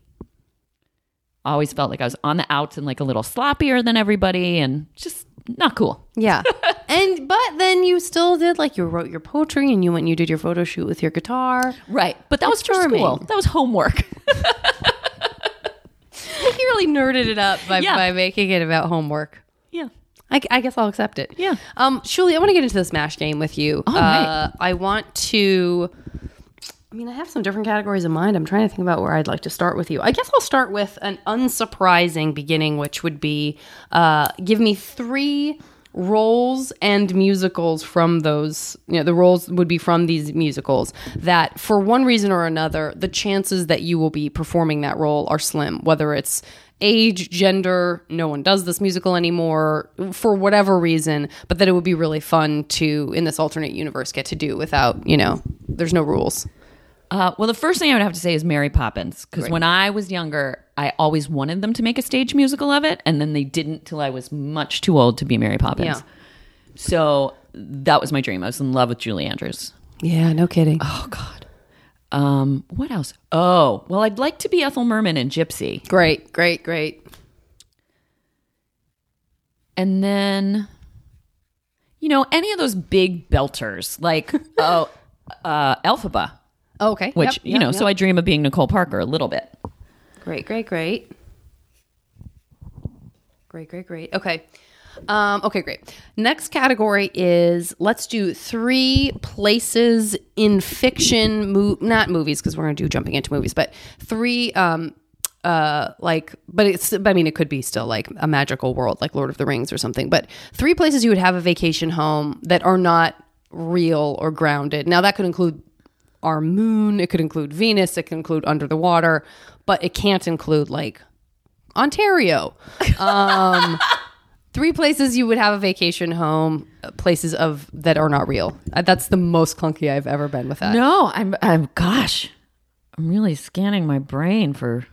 Speaker 3: always felt like I was on the outs and like a little sloppier than everybody and just not cool.
Speaker 4: Yeah. and but then you still did like you wrote your poetry and you went and you did your photo shoot with your guitar.
Speaker 3: Right. But that was for school.
Speaker 4: charming.
Speaker 3: That was homework.
Speaker 4: I think you really nerded it up by,
Speaker 3: Yeah.
Speaker 4: by making it about homework.
Speaker 3: Yeah.
Speaker 4: I, I guess I'll accept it.
Speaker 3: Yeah.
Speaker 4: Um, Shuli, I want to get into this mash game with you. Uh,
Speaker 3: All right.
Speaker 4: I want to. I mean, I have some different categories in mind. I'm trying to think about where I'd like to start with you. I guess I'll start with an unsurprising beginning, which would be uh, give me three roles and musicals from those, you know, the roles would be from these musicals that for one reason or another, the chances that you will be performing that role are slim, whether it's age, gender, no one does this musical anymore for whatever reason, but that it would be really fun to in this alternate universe get to do without, you know, there's no rules.
Speaker 3: Uh, well, the first thing I would have to say is Mary Poppins because when I was younger, I always wanted them to make a stage musical of it, and then they didn't till I was much too old to be Mary Poppins.
Speaker 4: Yeah.
Speaker 3: So that was my dream. I was in love with Julie Andrews.
Speaker 5: Yeah, no kidding.
Speaker 3: Oh God. Um, what else? Oh, well, I'd like to be Ethel Merman and Gypsy.
Speaker 4: Great, great, great.
Speaker 3: And then, you know, any of those big belters like, oh, uh, Elphaba,
Speaker 4: Oh, Okay.
Speaker 3: which, you know, so I dream of being Nicole Parker a little bit.
Speaker 4: Great, great, great. Great, great, great. Okay. Um, okay, great. Next category is let's do three places in fiction, mo- not movies, because we're going to do jumping into movies, but three, um, uh, like, but it's, but I mean, it could be still like a magical world, like Lord of the Rings or something, but three places you would have a vacation home that are not real or grounded. Now, that could include our moon, it could include Venus, it could include under the water, but it can't include like Ontario. Um, three places you would have a vacation home, uh, places of that are not real. Uh, That's the most clunky I've ever been with that.
Speaker 3: No, I'm I'm gosh. I'm really scanning my brain for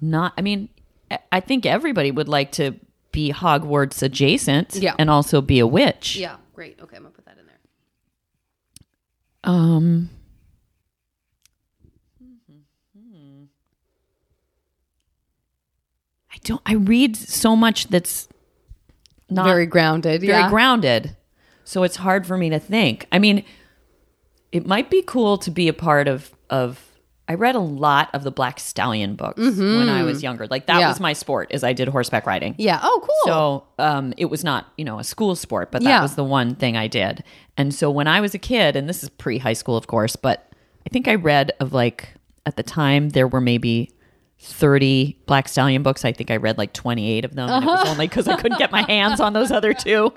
Speaker 3: not I mean, I- I think everybody would like to be Hogwarts adjacent
Speaker 4: Yeah.
Speaker 3: and also be a witch.
Speaker 4: Yeah, great. Okay, I'm gonna put that in there.
Speaker 3: Um I don't I read so much that's not
Speaker 4: very grounded.
Speaker 3: very
Speaker 4: yeah.
Speaker 3: grounded. So it's hard for me to think. I mean, it might be cool to be a part of of I read a lot of the Black Stallion books when I was younger. Like that
Speaker 4: Mm-hmm. Yeah.
Speaker 3: was my sport is I did horseback riding.
Speaker 4: Yeah. Oh, cool.
Speaker 3: So um, it was not, you know, a school sport, but that
Speaker 4: Yeah.
Speaker 3: was the one thing I did. And so when I was a kid, and this is pre high school, of course, but I think I read of like at the time there were maybe thirty Black Stallion books. I think I read like twenty eight of them, and it
Speaker 4: Uh-huh.
Speaker 3: was only because I couldn't get my hands on those other two.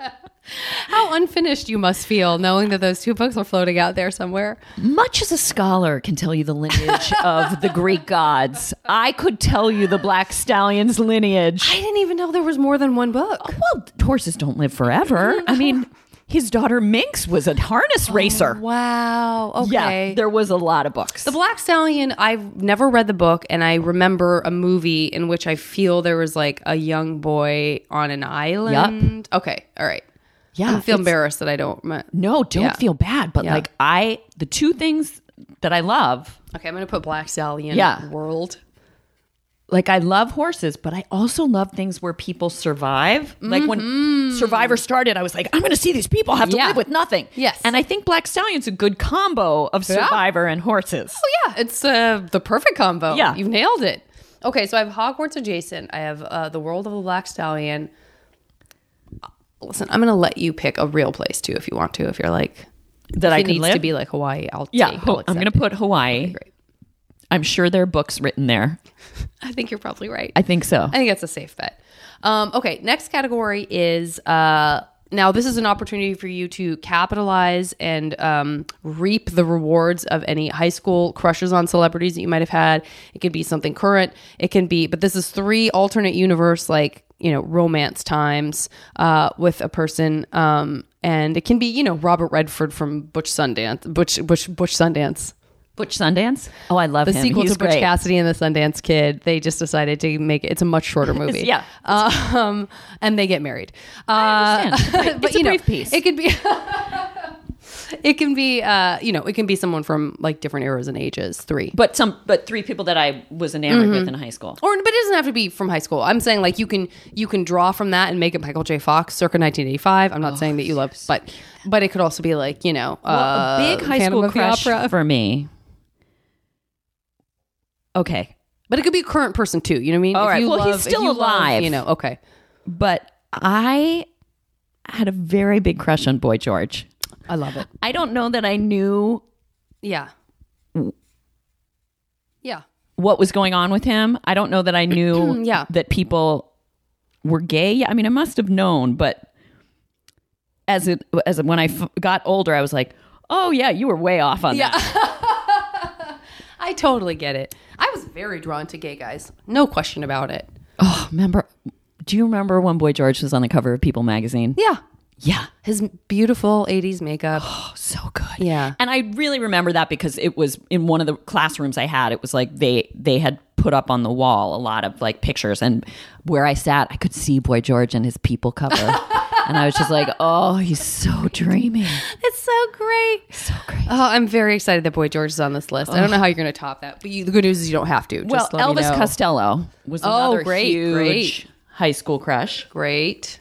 Speaker 4: How unfinished you must feel knowing that those two books are floating out there somewhere.
Speaker 3: Much as a scholar can tell you the lineage of the Greek gods, I could tell you the Black Stallion's lineage.
Speaker 4: I didn't even know there was more than one book.
Speaker 3: Well, horses don't live forever. I mean, his daughter Minx was a harness racer.
Speaker 4: Wow. Okay.
Speaker 3: Yeah, there was a lot of books.
Speaker 4: The Black Stallion, I've never read the book, and I remember a movie in which I feel there was like a young boy on an island. Okay, all right.
Speaker 3: yeah,
Speaker 4: I feel
Speaker 3: it's-
Speaker 4: embarrassed that I don't. rem-
Speaker 3: No, don't
Speaker 4: Yeah.
Speaker 3: feel bad. But
Speaker 4: Yeah.
Speaker 3: like, I the two things that I love,
Speaker 4: Okay, I'm gonna put Black Stallion.
Speaker 3: Yeah.
Speaker 4: World.
Speaker 3: like I love horses, but I also love things where people survive. Like when Survivor started, I was like, I'm going to see these people have to
Speaker 4: Mm-hmm. Yeah.
Speaker 3: live with nothing.
Speaker 4: Yes.
Speaker 3: and I think Black Stallion's a good combo of Survivor and horses.
Speaker 4: Oh yeah, it's uh, the perfect combo.
Speaker 3: Yeah.
Speaker 4: you've nailed it. Okay, so I have Hogwarts adjacent. I have uh, the world of the Black Stallion. Uh, Listen, I'm gonna let you pick a real place too, if you want to. If you're like,
Speaker 3: That
Speaker 4: if
Speaker 3: I
Speaker 4: it
Speaker 3: could
Speaker 4: needs to
Speaker 3: live?
Speaker 4: be like Hawaii, I'll
Speaker 3: Yeah,
Speaker 4: take.
Speaker 3: Ho-
Speaker 4: I'll
Speaker 3: I'm
Speaker 4: accept
Speaker 3: going to
Speaker 4: it.
Speaker 3: put Hawaii.
Speaker 4: great.
Speaker 3: I'm sure there are books written there.
Speaker 4: I think you're probably right.
Speaker 3: I think so.
Speaker 4: I think that's a safe bet. Um, okay, next category is uh, now this is an opportunity for you to capitalize and um, reap the rewards of any high school crushes on celebrities that you might have had. It could be something current. It can be, but this is three alternate universe like you know romance times uh, with a person. Um, and it can be, you know, Robert Redford from Butch Sundance, Butch Butch Butch Sundance,
Speaker 3: Butch Sundance. Oh, I love
Speaker 4: the
Speaker 3: him.
Speaker 4: sequel
Speaker 3: He's
Speaker 4: to Butch
Speaker 3: great.
Speaker 4: Cassidy and the Sundance Kid. They just decided to make it. It's a much shorter movie.
Speaker 3: yeah.
Speaker 4: Um, and they get married. Uh,
Speaker 3: I understand. It's a
Speaker 4: but you know,
Speaker 3: brief piece.
Speaker 4: it could be. it can be. Uh, you know, it can be someone from like different eras and ages. Three.
Speaker 3: But some, but three people that I was enamored
Speaker 4: Mm-hmm.
Speaker 3: with in high school.
Speaker 4: Or, but it doesn't have to be from high school. I'm saying like you can you can draw from that and make it Michael J. Fox circa 1985. I'm not saying that you love, but but it could also be like you know uh,
Speaker 3: Oh, a big high
Speaker 4: Phantom
Speaker 3: school
Speaker 4: of the
Speaker 3: crush
Speaker 4: Opera.
Speaker 3: for me. Okay,
Speaker 4: But it could be a current person too. You know what I mean?
Speaker 3: All
Speaker 4: If
Speaker 3: right.
Speaker 4: you
Speaker 3: Well, he's
Speaker 4: if
Speaker 3: still
Speaker 4: you love,
Speaker 3: alive.
Speaker 4: you know. Okay.
Speaker 3: but I had a very big crush on Boy George.
Speaker 4: I love it.
Speaker 3: I don't know that I knew
Speaker 4: Yeah. Yeah.
Speaker 3: what was going on with him. I don't know that I knew
Speaker 4: Yeah.
Speaker 3: that people were gay. Yeah, I mean, I must have known, but as it as when I f- got older, I was like, oh yeah, you were way off on that.
Speaker 1: I totally get it. I was very drawn to gay guys. No question about it.
Speaker 3: Oh, remember? Do you remember when Boy George was on the cover of People magazine?
Speaker 1: Yeah.
Speaker 3: Yeah,
Speaker 4: His beautiful 80s makeup.
Speaker 3: so good.
Speaker 4: Yeah.
Speaker 3: And I really remember that because it was in one of the classrooms I had. It was like they they had put up on the wall a lot of like pictures and where I sat, I could see Boy George and his people cover. and I was just like, "Oh, he's so dreamy."
Speaker 1: It's so great. Oh. So
Speaker 3: great.
Speaker 1: Oh, I'm very excited that Boy George is on this list. I don't know how you're going to top that, but you, the good news is you don't have to.
Speaker 3: Well,
Speaker 1: Just let me
Speaker 3: Elvis
Speaker 1: know. Oh,
Speaker 3: Costello was another
Speaker 1: great,
Speaker 3: huge
Speaker 1: great.
Speaker 3: high school crush.
Speaker 1: Great.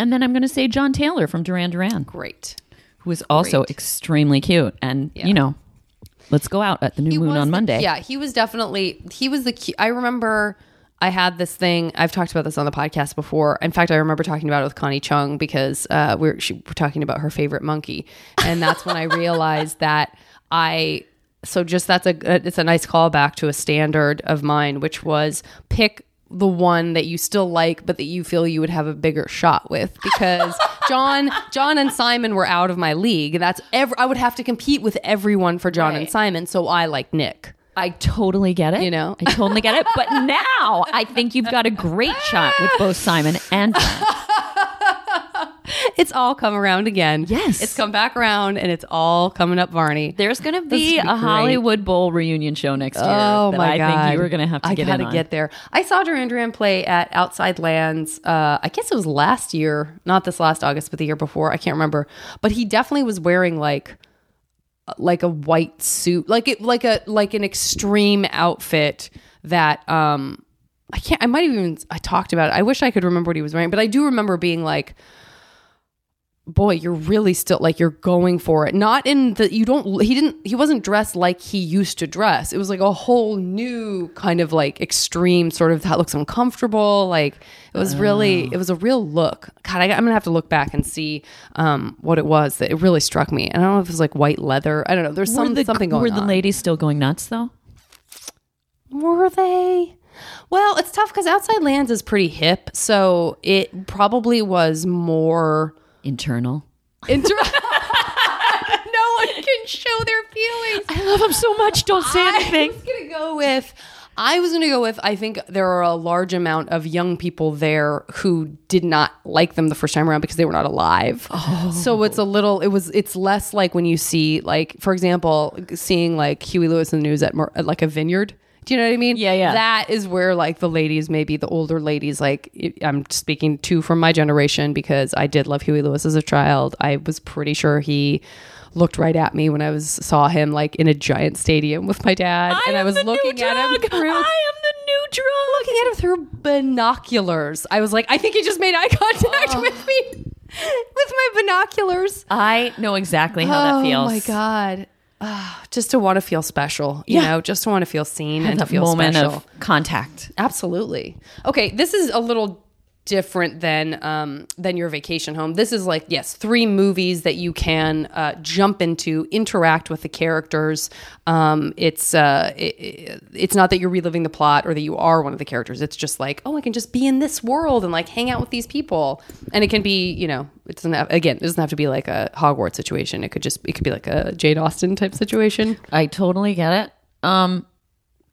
Speaker 3: And then I'm going to say John Taylor from Duran Duran,
Speaker 1: Great.
Speaker 3: who is also extremely cute and, you know, let's go out at the new
Speaker 1: He
Speaker 3: moon
Speaker 1: was
Speaker 3: on
Speaker 1: the-
Speaker 3: Monday.
Speaker 1: yeah, he was definitely he was the cu I remember I had this thing. I've talked about this on the podcast before. In fact, I remember talking about it with Connie Chung because uh, we're she, we're talking about her favorite monkey, and that's when I realized that I. So just that's a it's a nice callback to a standard of mine, which was pick the one that you still like but that you feel you would have a bigger shot with because John John and Simon were out of my league. That's ever I would have to compete with everyone for John and Simon, so I like Nick.
Speaker 3: I totally get it.
Speaker 1: You know?
Speaker 3: I totally get it. But now I think you've got a great shot with both Simon and John.
Speaker 1: It's all come around again.
Speaker 3: Yes.
Speaker 1: It's come back around and it's all coming up Varney.
Speaker 3: There's going to
Speaker 1: be
Speaker 3: be a
Speaker 1: great.
Speaker 3: Hollywood Bowl reunion show next year.
Speaker 1: Oh
Speaker 3: that
Speaker 1: my
Speaker 3: I
Speaker 1: god!
Speaker 3: think you were going to have to
Speaker 1: I
Speaker 3: get
Speaker 1: gotta
Speaker 3: in on.
Speaker 1: get there. I saw Duran Duran play at Outside Lands. Uh, I guess it was last year, not this last August, but the year before. I can't remember. But he definitely was wearing like uh, like a white suit, like it like a like an extreme outfit that um I can't. I might even I talked about it. I wish I could remember what he was wearing, but I do remember being like boy, you're really still like you're going for it. Not in the you don't he didn't he wasn't dressed like he used to dress. It was like a whole new kind of like extreme sort of that looks uncomfortable. Like it was really it was a real look. God, I, I'm gonna have to look back and see um, what it was that it really struck me. And I don't know if it was like white leather. I don't know. There's some,
Speaker 3: Were the,
Speaker 1: something going
Speaker 3: were the
Speaker 1: on.
Speaker 3: ladies still going nuts, though?
Speaker 1: Were they? Well, it's tough because Outside Lands is pretty hip, so it probably was more.
Speaker 3: Internal.
Speaker 1: Inter- no one can show their feelings.
Speaker 3: I love him so much. Don't say
Speaker 1: I was gonna go with. I was gonna go with. I think there are a large amount of young people there who did not like them the first time around because they were not alive. So it's a little. It was. It's less like when you see, like for example, seeing like Huey Lewis in the news at, Mer- at like a vineyard. Do you know what I mean?
Speaker 3: Yeah, yeah.
Speaker 1: That is where like the ladies, maybe the older ladies, like i- I'm speaking to from my generation because I did love Huey Lewis as a child. I was pretty sure he looked right at me when I was saw him like in a giant stadium with my dad, and I was looking at him through.
Speaker 3: the new drug.
Speaker 1: Looking at him through binoculars, I was like, I think he just made eye contact with me with my binoculars.
Speaker 3: I know exactly
Speaker 1: oh
Speaker 3: how that feels.
Speaker 1: my god! Ah, just to want to feel special, you
Speaker 3: Yeah.
Speaker 1: know, just to want to feel seen and to
Speaker 3: That
Speaker 1: feel
Speaker 3: moment
Speaker 1: special.
Speaker 3: of contact.
Speaker 1: Absolutely. Okay, this is a little different than um, than your vacation home. This is like yes, three movies that you can uh, jump into, interact with the characters. Um, it's uh, i i- it's not that you're reliving the plot or that you are one of the characters. It's just like oh, I can just be in this world and like hang out with these people, and it can be you know it doesn't have, again it doesn't have to be like a Hogwarts situation. It could just it could be like a Jane Austen type situation.
Speaker 3: I totally get it. Um,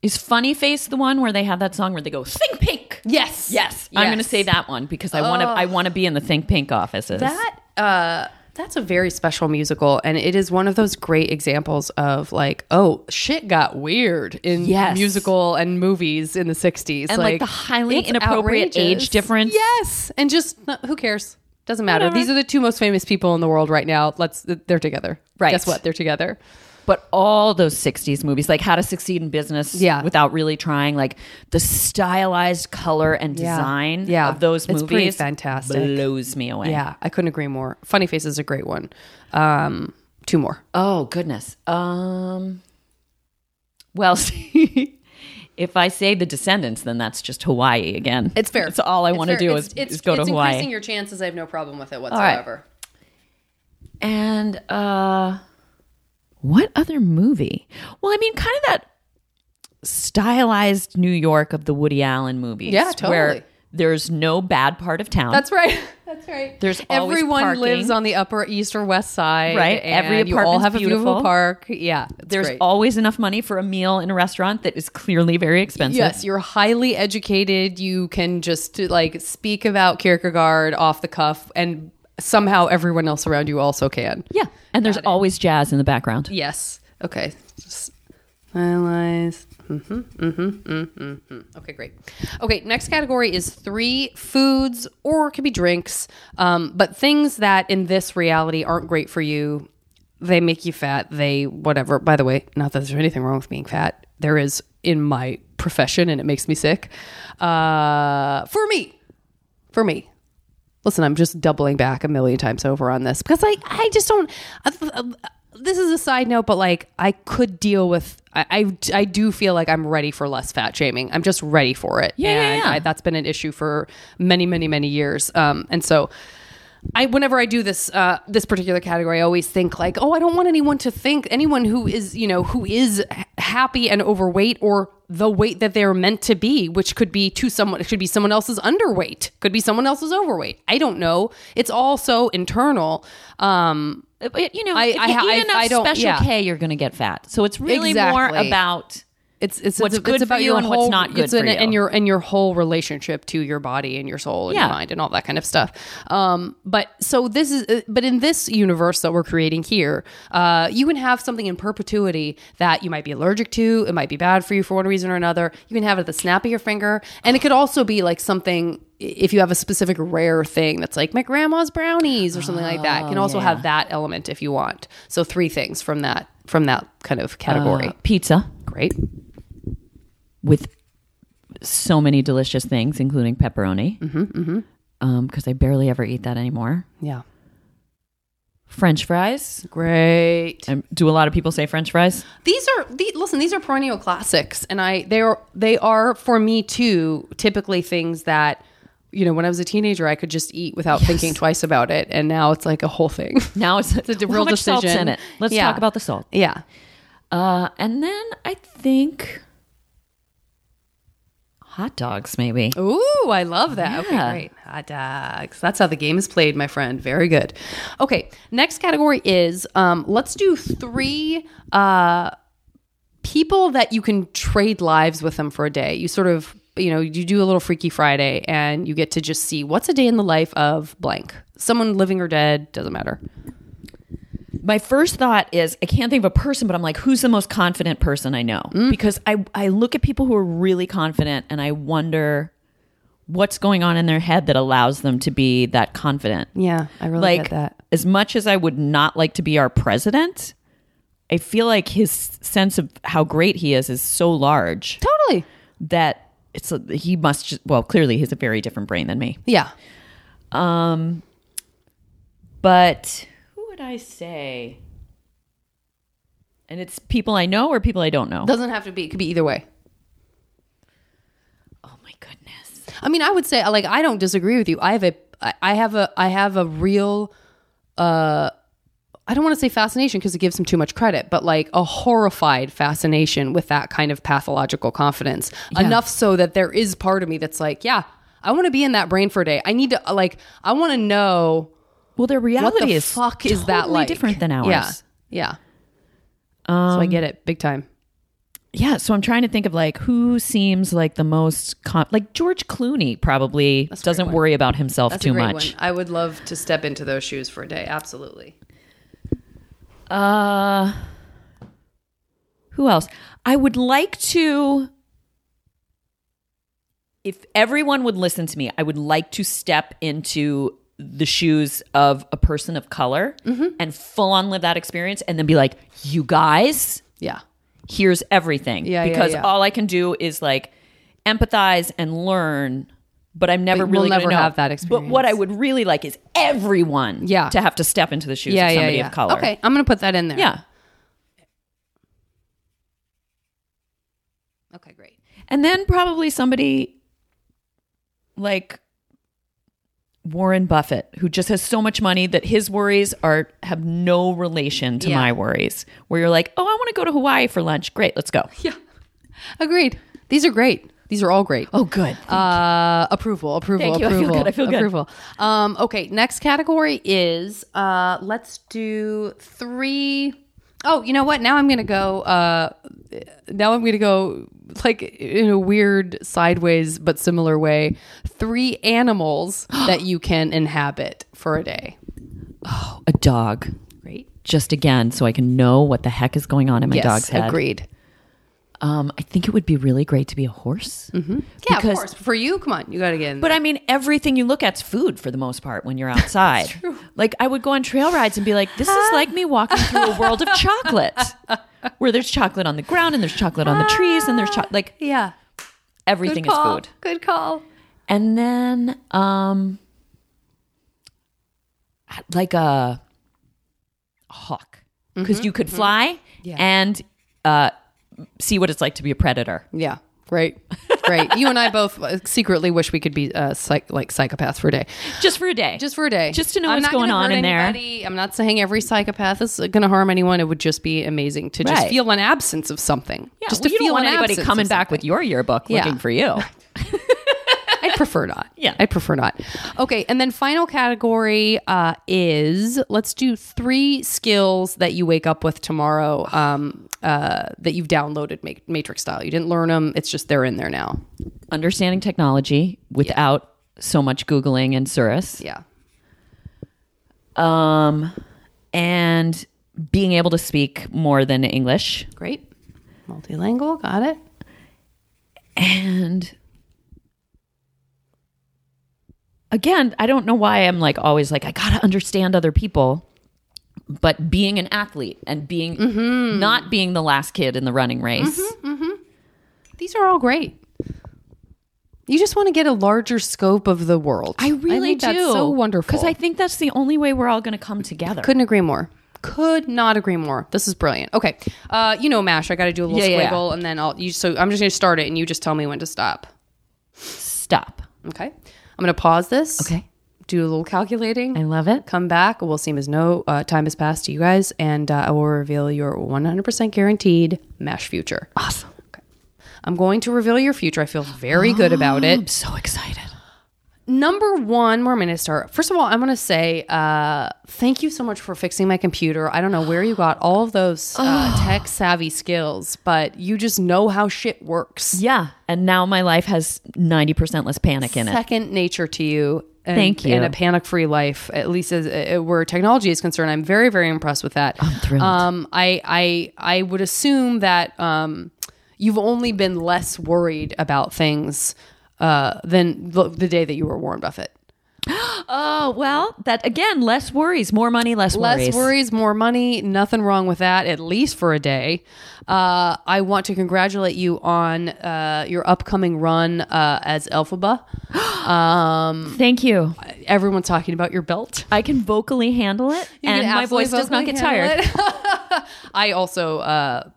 Speaker 3: is Funny Face the one where they have that song where they go Think Pink?
Speaker 1: Yes,
Speaker 3: Yes, I'm going to say that one because I want to. I want to be in the Think Pink offices.
Speaker 1: That uh, that's a very special musical, and it is one of those great examples of like, oh, shit got weird in
Speaker 3: Yes.
Speaker 1: musical and movies in the '60s,
Speaker 3: And, like, the highly
Speaker 1: it's
Speaker 3: inappropriate
Speaker 1: outrageous.
Speaker 3: age difference.
Speaker 1: Yes, and just no, who cares? Doesn't matter. These are the two most famous people in the world right now. Let's they're together.
Speaker 3: Right.
Speaker 1: Guess what? They're together.
Speaker 3: but all those '60s movies, like How to Succeed in Business,
Speaker 1: Yeah.
Speaker 3: without really trying, like the stylized color and
Speaker 1: Yeah.
Speaker 3: design
Speaker 1: Yeah.
Speaker 3: of those
Speaker 1: It's
Speaker 3: movies,
Speaker 1: pretty fantastic.
Speaker 3: blows me away.
Speaker 1: Yeah, I couldn't agree more. Funny Face is a great one. Um, two more.
Speaker 3: Oh goodness. Um. Well, see, if I say The Descendants, then that's just Hawaii again.
Speaker 1: It's fair.
Speaker 3: It's all I
Speaker 1: It's
Speaker 3: want to
Speaker 1: fair.
Speaker 3: do
Speaker 1: It's-
Speaker 3: is,
Speaker 1: it's,
Speaker 3: is go
Speaker 1: it's
Speaker 3: to Hawaii.
Speaker 1: Increasing your chances, I have no problem with it
Speaker 3: right.
Speaker 1: whatsoever.
Speaker 3: And uh what other movie? Well, I mean, kind of that stylized New York of the Woody Allen movies.
Speaker 1: Yeah, totally.
Speaker 3: Where There's no bad part of town.
Speaker 1: That's right. That's right.
Speaker 3: There's always
Speaker 1: everyone
Speaker 3: parking.
Speaker 1: lives on the upper east or west side,
Speaker 3: Right.
Speaker 1: And
Speaker 3: Every
Speaker 1: you all
Speaker 3: apartment's
Speaker 1: have a beautiful
Speaker 3: beautiful.
Speaker 1: park. Yeah, it's
Speaker 3: There's
Speaker 1: great.
Speaker 3: always enough money for a meal in a restaurant that is clearly very expensive.
Speaker 1: Yes, you're highly educated. You can just like speak about Kierkegaard off the cuff, and somehow everyone else around you also can.
Speaker 3: Yeah. And there's always jazz in the background.
Speaker 1: Yes. Okay. Just finalize. Mm-hmm, mm-hmm, mm-hmm, mm-hmm. Okay, great. Okay, next category is three foods or it could be drinks, um, but things that in this reality aren't great for you. They make you fat. They whatever. By the way, not that there's anything wrong with being fat. There is in my profession, and it makes me sick. Uh, for me, for me, listen i'm just doubling back a million times over on this because i i just don't I, I- this is a side note but like i could deal with I, I i do feel like i'm ready for less fat shaming i'm just ready for it
Speaker 3: Yeah, yeah,
Speaker 1: and
Speaker 3: yeah.
Speaker 1: I, that's been an issue for many many many years um and so I whenever I do this uh, this particular category, I always think like, oh, I don't want anyone to think anyone who is you know who is h- happy and overweight or the weight that they're meant to be, which could be to someone, it could be someone else's underweight, could be someone else's overweight. I don't know. It's all so internal. Um,
Speaker 3: Uh, but, you know,
Speaker 1: I-
Speaker 3: if you
Speaker 1: I ha-
Speaker 3: eat
Speaker 1: I-
Speaker 3: enough
Speaker 1: I don't-
Speaker 3: special
Speaker 1: yeah.
Speaker 3: K, you're going to get fat. So it's really more
Speaker 1: Exactly.
Speaker 3: about
Speaker 1: it's it's
Speaker 3: What's
Speaker 1: it's,
Speaker 3: good
Speaker 1: it's
Speaker 3: for
Speaker 1: about
Speaker 3: you
Speaker 1: your
Speaker 3: and what's
Speaker 1: whole-
Speaker 3: not good
Speaker 1: it's an-
Speaker 3: for you.
Speaker 1: and your and your whole relationship to your body and your soul and your
Speaker 3: Yeah.
Speaker 1: mind and all that kind of stuff. Um, but so this is uh, but in this universe that we're creating here, uh, you can have something in perpetuity that you might be allergic to. It might be bad for you for one reason or another. You can have it at the snap of your finger, and it could also be like something if you have a specific rare thing that's like my grandma's brownies or something like that. You can
Speaker 3: Oh,
Speaker 1: also have that element if you want. So three things from that from that kind of category.
Speaker 3: uh, pizza
Speaker 1: Great.
Speaker 3: with so many delicious things, including pepperoni. Because mm-hmm, I barely ever eat that anymore.
Speaker 1: Yeah.
Speaker 3: French fries.
Speaker 1: Great.
Speaker 3: Um, do a lot of people say French fries?
Speaker 1: These are the listen. These are perennial classics, and I they are they are for me too. Typically things that you know when I was a teenager I could just eat without thinking twice about it, and now it's like a whole thing.
Speaker 3: Now it's,
Speaker 1: It's a
Speaker 3: well,
Speaker 1: real
Speaker 3: how much salt's
Speaker 1: decision.
Speaker 3: in it. Let's
Speaker 1: Yeah.
Speaker 3: talk about the salt.
Speaker 1: yeah.
Speaker 3: Uh, and then I think hot dogs, maybe.
Speaker 1: Ooh, I love that.
Speaker 3: Yeah.
Speaker 1: Okay, great. Hot dogs. That's how the game is played, my friend. Very good. Okay, next category is um, let's do three uh, people that you can trade lives with them for a day. You sort of, you know, you do a little Freaky Friday and you get to just see what's a day in the life of blank. Someone living or dead, doesn't matter.
Speaker 3: My first thought is I can't think of a person, but I'm like, who's the most confident person I know?
Speaker 1: Mm.
Speaker 3: Because I, I look at people who are really confident and I wonder what's going on in their head that allows them to be that confident.
Speaker 1: Yeah, I really
Speaker 3: like, as much as I would not like to be our president, I feel like his sense of how great he is is so large
Speaker 1: Totally.
Speaker 3: that it's a, he must just, well, clearly he's a very different brain than me.
Speaker 1: Yeah.
Speaker 3: Um, but who would I say? And it's people I know or people I don't know.
Speaker 1: Doesn't have to be, it could be either way.
Speaker 3: oh my goodness!
Speaker 1: I mean, I would say like I don't disagree with you. I have a I I have a I have a real uh I don't want to say fascination because it gives him too much credit, but like a horrified fascination with that kind of pathological confidence. Enough so that there is part of me that's like, yeah, I want to be in that brain for a day. I need to like I want to know
Speaker 3: Well, their
Speaker 1: what
Speaker 3: reality
Speaker 1: the
Speaker 3: is
Speaker 1: fuck is that
Speaker 3: totally
Speaker 1: like
Speaker 3: different than ours. Um,
Speaker 1: Yeah, yeah. so I get it big time.
Speaker 3: yeah. So I'm trying to think of like who seems like the most com- like George Clooney probably
Speaker 1: a great
Speaker 3: doesn't
Speaker 1: one.
Speaker 3: worry about himself
Speaker 1: That's
Speaker 3: too
Speaker 1: a great
Speaker 3: much.
Speaker 1: one. I would love to step into those shoes for a day. Absolutely.
Speaker 3: Uh, who else? I would like to. If everyone would listen to me, I would like to step into the shoes of a person of color
Speaker 1: Mm-hmm.
Speaker 3: and full on live that experience and then be like, you guys,
Speaker 1: Yeah.
Speaker 3: here's everything.
Speaker 1: Yeah, yeah,
Speaker 3: because
Speaker 1: yeah.
Speaker 3: all I can do is like empathize and learn. But I'm never
Speaker 1: But we'll
Speaker 3: really gonna
Speaker 1: never
Speaker 3: know.
Speaker 1: have that
Speaker 3: But what
Speaker 1: experience.
Speaker 3: I would really like is everyone,
Speaker 1: Yeah.
Speaker 3: to have to step into the shoes of somebody of color.
Speaker 1: Okay, I'm gonna put that in there.
Speaker 3: yeah.
Speaker 1: Okay, great.
Speaker 3: And then probably somebody like Warren Buffett, who just has so much money that his worries are have no relation to
Speaker 1: Yeah.
Speaker 3: my worries. Where you're like, oh, I want to go to Hawaii for lunch. Great, let's go.
Speaker 1: Agreed. These are great. These are all great.
Speaker 4: Oh, good.
Speaker 1: Uh, approval, approval,
Speaker 3: Thank you. I feel
Speaker 1: approval,
Speaker 3: good. I feel good.
Speaker 1: approval. Um, okay, next category is uh, let's do three oh you know what? Now I'm gonna go. Uh, now I'm gonna go like in a weird sideways but similar way. Three animals that you can inhabit for a day.
Speaker 3: a dog.
Speaker 1: Great.
Speaker 3: Just again, so I can know what the heck is going on in my dog's head.
Speaker 1: agreed.
Speaker 3: Um, I think it would be really great to be a horse. Mm-hmm.
Speaker 1: Yeah,
Speaker 3: Because-
Speaker 1: of course. For you, come on, you gotta get in.
Speaker 3: But I mean, everything you look at's food for the most part when you're outside. Like I would go on trail rides and be like, "This is like me walking through a world of chocolate, where there's chocolate on the ground and there's chocolate on the trees and there's cho- like
Speaker 1: yeah,
Speaker 3: everything is
Speaker 1: call.
Speaker 3: food."
Speaker 1: Good call.
Speaker 3: And then, um, like a hawk,
Speaker 1: Mm-hmm,
Speaker 3: because you could fly and uh, see what it's like to be a predator.
Speaker 1: Yeah, great, great. you and I both uh, secretly wish we could be uh, psych- like psychopaths for a day,
Speaker 3: Just for a day.
Speaker 1: just for a day,
Speaker 3: Just to know
Speaker 1: I'm not
Speaker 3: what's
Speaker 1: gonna
Speaker 3: going on
Speaker 1: hurt
Speaker 3: in there.
Speaker 1: anybody. I'm not saying every psychopath is going to harm anyone. It would just be amazing to just
Speaker 3: Right.
Speaker 1: feel an absence of something.
Speaker 3: Yeah,
Speaker 1: just
Speaker 3: well,
Speaker 1: to
Speaker 3: you
Speaker 1: feel
Speaker 3: don't want
Speaker 1: an
Speaker 3: anybody
Speaker 1: absence of
Speaker 3: coming back
Speaker 1: something.
Speaker 3: with your yearbook
Speaker 1: Yeah.
Speaker 3: looking for you.
Speaker 1: I'd prefer not.
Speaker 3: Yeah.
Speaker 1: I'd prefer not. Okay, and then final category uh, is let's do three skills that you wake up with tomorrow um, uh, that you've downloaded Ma- Matrix style. You didn't learn them; it's just they're in there now.
Speaker 3: Understanding technology without so much Googling and Surus.
Speaker 1: Yeah,
Speaker 3: Um, and being able to speak more than English.
Speaker 1: great. Multilingual, got it.
Speaker 3: And again, I don't know why I'm like always like, I gotta understand other people. But being an athlete and being not being the last kid in the running race.
Speaker 1: These are all great. You just want to get a larger scope of the world.
Speaker 3: I really
Speaker 1: think
Speaker 3: do.
Speaker 1: That's so wonderful.
Speaker 3: Because I think that's the only way we're all gonna come together.
Speaker 1: Couldn't agree more. Could not agree more. This is brilliant. Okay, uh, you know, Mash, I got to do a little
Speaker 3: Yeah, yeah, yeah.
Speaker 1: squiggle, and then I'll. You, so I'm just going to start it, and you just tell me when to stop.
Speaker 3: Stop.
Speaker 1: Okay, I'm going to pause this.
Speaker 3: Okay.
Speaker 1: do a little calculating.
Speaker 3: I love it.
Speaker 1: Come back. We'll seem as no uh, time has passed to you guys, and uh, I will reveal your 100% guaranteed Mash future.
Speaker 3: Awesome.
Speaker 1: I'm going to reveal your future. I feel very good about it.
Speaker 3: I'm so excited.
Speaker 1: number one, we're going to start. First of all, I'm going to say uh, thank you so much for fixing my computer. I don't know where you got all of those uh, tech savvy skills, but you just know how shit works.
Speaker 3: Yeah. And now my life has 90% less panic in it.
Speaker 1: Second nature to you. And,
Speaker 3: Thank you.
Speaker 1: And a panic free life, at least as, uh, where technology is concerned. I'm very, very impressed with that. I'm
Speaker 3: thrilled.
Speaker 1: Um, I, I, I would assume that um, you've only been less worried about things uh, than the, the day that you were Warren Buffett.
Speaker 3: Oh, well, that again, less worries, more money, less,
Speaker 1: Less
Speaker 3: worries.
Speaker 1: worries, more money. Nothing wrong with that, at least for a day. Uh, I want to congratulate you on uh, your upcoming run uh, as Elphaba.
Speaker 3: Thank you.
Speaker 1: Everyone's talking about your belt.
Speaker 3: I can vocally handle it
Speaker 1: You can
Speaker 3: and my
Speaker 1: absolutely
Speaker 3: voice does not
Speaker 1: vocally
Speaker 3: get
Speaker 1: handle
Speaker 3: tired.
Speaker 1: it. I also uh,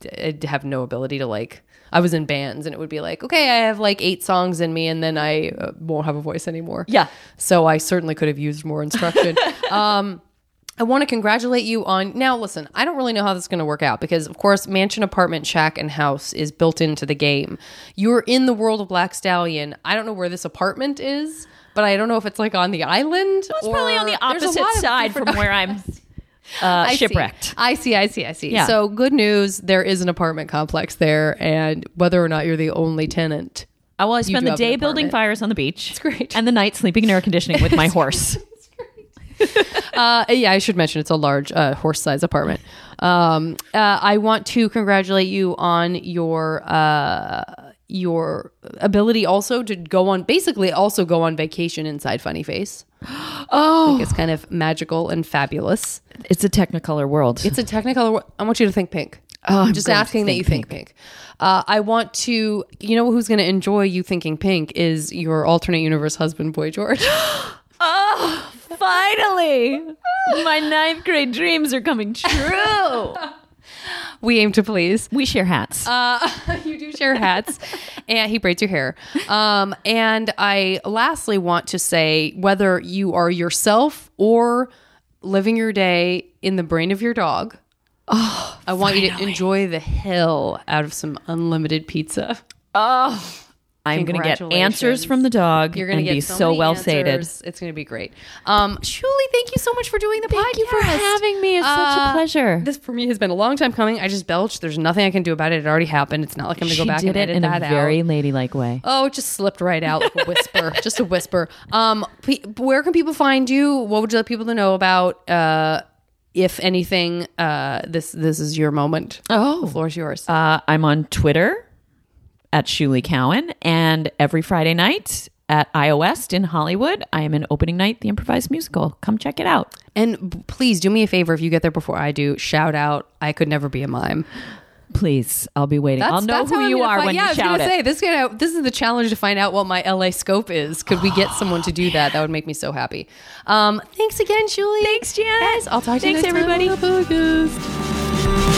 Speaker 1: d- have no ability to like. I was in bands, and it would be like, okay, I have like eight songs in me, and then I uh, won't have a voice anymore.
Speaker 3: Yeah.
Speaker 1: So I certainly could have used more instruction. um, I want to congratulate you on. Now, listen, I don't really know how this is going to work out because, of course, mansion, apartment, shack, and house is built into the game. You're in the world of Black Stallion. I don't know where this apartment is, but I don't know if it's like on the island.
Speaker 3: It's probably on the
Speaker 1: or- there's a
Speaker 3: opposite
Speaker 1: lot of
Speaker 3: side
Speaker 1: different-
Speaker 3: from where I'm uh,
Speaker 1: I see.
Speaker 3: shipwrecked.
Speaker 1: I see, I see, I see.
Speaker 3: Yeah.
Speaker 1: So good news, there is an apartment complex there, and whether or not you're the only tenant,
Speaker 3: I will
Speaker 1: do
Speaker 3: spend the
Speaker 1: have an
Speaker 3: day building
Speaker 1: apartment.
Speaker 3: fires on the beach. It's
Speaker 1: great.
Speaker 3: And the night sleeping in air conditioning with my horse.
Speaker 1: uh, yeah, I should mention it's a large uh, horse size apartment. Um, uh, I want to congratulate you on your uh, your ability also to go on basically also go on vacation inside Funny Face. Oh, I think it's kind of magical and fabulous.
Speaker 3: It's a technicolor world.
Speaker 1: It's a technical. I want you to think pink.
Speaker 3: Oh, I'm
Speaker 1: just
Speaker 3: going to
Speaker 1: asking that
Speaker 3: think
Speaker 1: you think pink. Uh, I want to. You know who's going to enjoy you thinking pink is your alternate universe husband, boy George.
Speaker 3: Finally, my ninth grade dreams are coming true.
Speaker 1: we aim to please.
Speaker 3: we share hats.
Speaker 1: Ah, you do share hats and he braids your hair um, and i lastly want to say whether you are yourself or living your day in the brain of your dog oh, i want you to enjoy the hell out of some unlimited pizza
Speaker 3: oh, I'm going to get answers
Speaker 1: Congratulations.
Speaker 3: from the dog.
Speaker 1: You're going
Speaker 3: and
Speaker 1: to get
Speaker 3: be so
Speaker 1: many
Speaker 3: well
Speaker 1: answers.
Speaker 3: sated.
Speaker 1: It's going to be great. Um, Julie, thank you so much for doing the podcast.
Speaker 3: Thank you for having me. It's such a pleasure.
Speaker 1: Uh, This for me has been a long time coming. I just belched. There's nothing I can do about it. It already happened. It's not like I'm going to
Speaker 3: she
Speaker 1: go back
Speaker 3: did
Speaker 1: and
Speaker 3: it
Speaker 1: edit
Speaker 3: in a
Speaker 1: that
Speaker 3: very
Speaker 1: out.
Speaker 3: ladylike way.
Speaker 1: Oh, it just slipped right out. like a whisper, just a whisper. Um, p- where can people find you? What would you let people to know about? Uh, if anything, uh, this this is your moment.
Speaker 3: Oh.
Speaker 1: the floor's yours.
Speaker 3: Uh, I'm on Twitter at Shuli Cowan, and every Friday night at iOS in Hollywood, I am in opening night, the improvised musical. Come check it out.
Speaker 1: and b- please do me a favor if you get there before I do. Shout out! I could never be a mime.
Speaker 3: Please, I'll be waiting. I'll know
Speaker 1: how
Speaker 3: who
Speaker 1: I'm
Speaker 3: you
Speaker 1: gonna
Speaker 3: are
Speaker 1: find-
Speaker 3: when
Speaker 1: yeah, I
Speaker 3: you
Speaker 1: was gonna
Speaker 3: shout
Speaker 1: say
Speaker 3: it.
Speaker 1: this. Gonna this is the challenge to find out what my LA scope is. Could we get someone to do that? That would make me so happy. Um, thanks again, Julie. Thanks, Jan. Guys, I'll talk to
Speaker 3: Thanks,
Speaker 1: you next time on
Speaker 3: everybody.
Speaker 1: the podcast.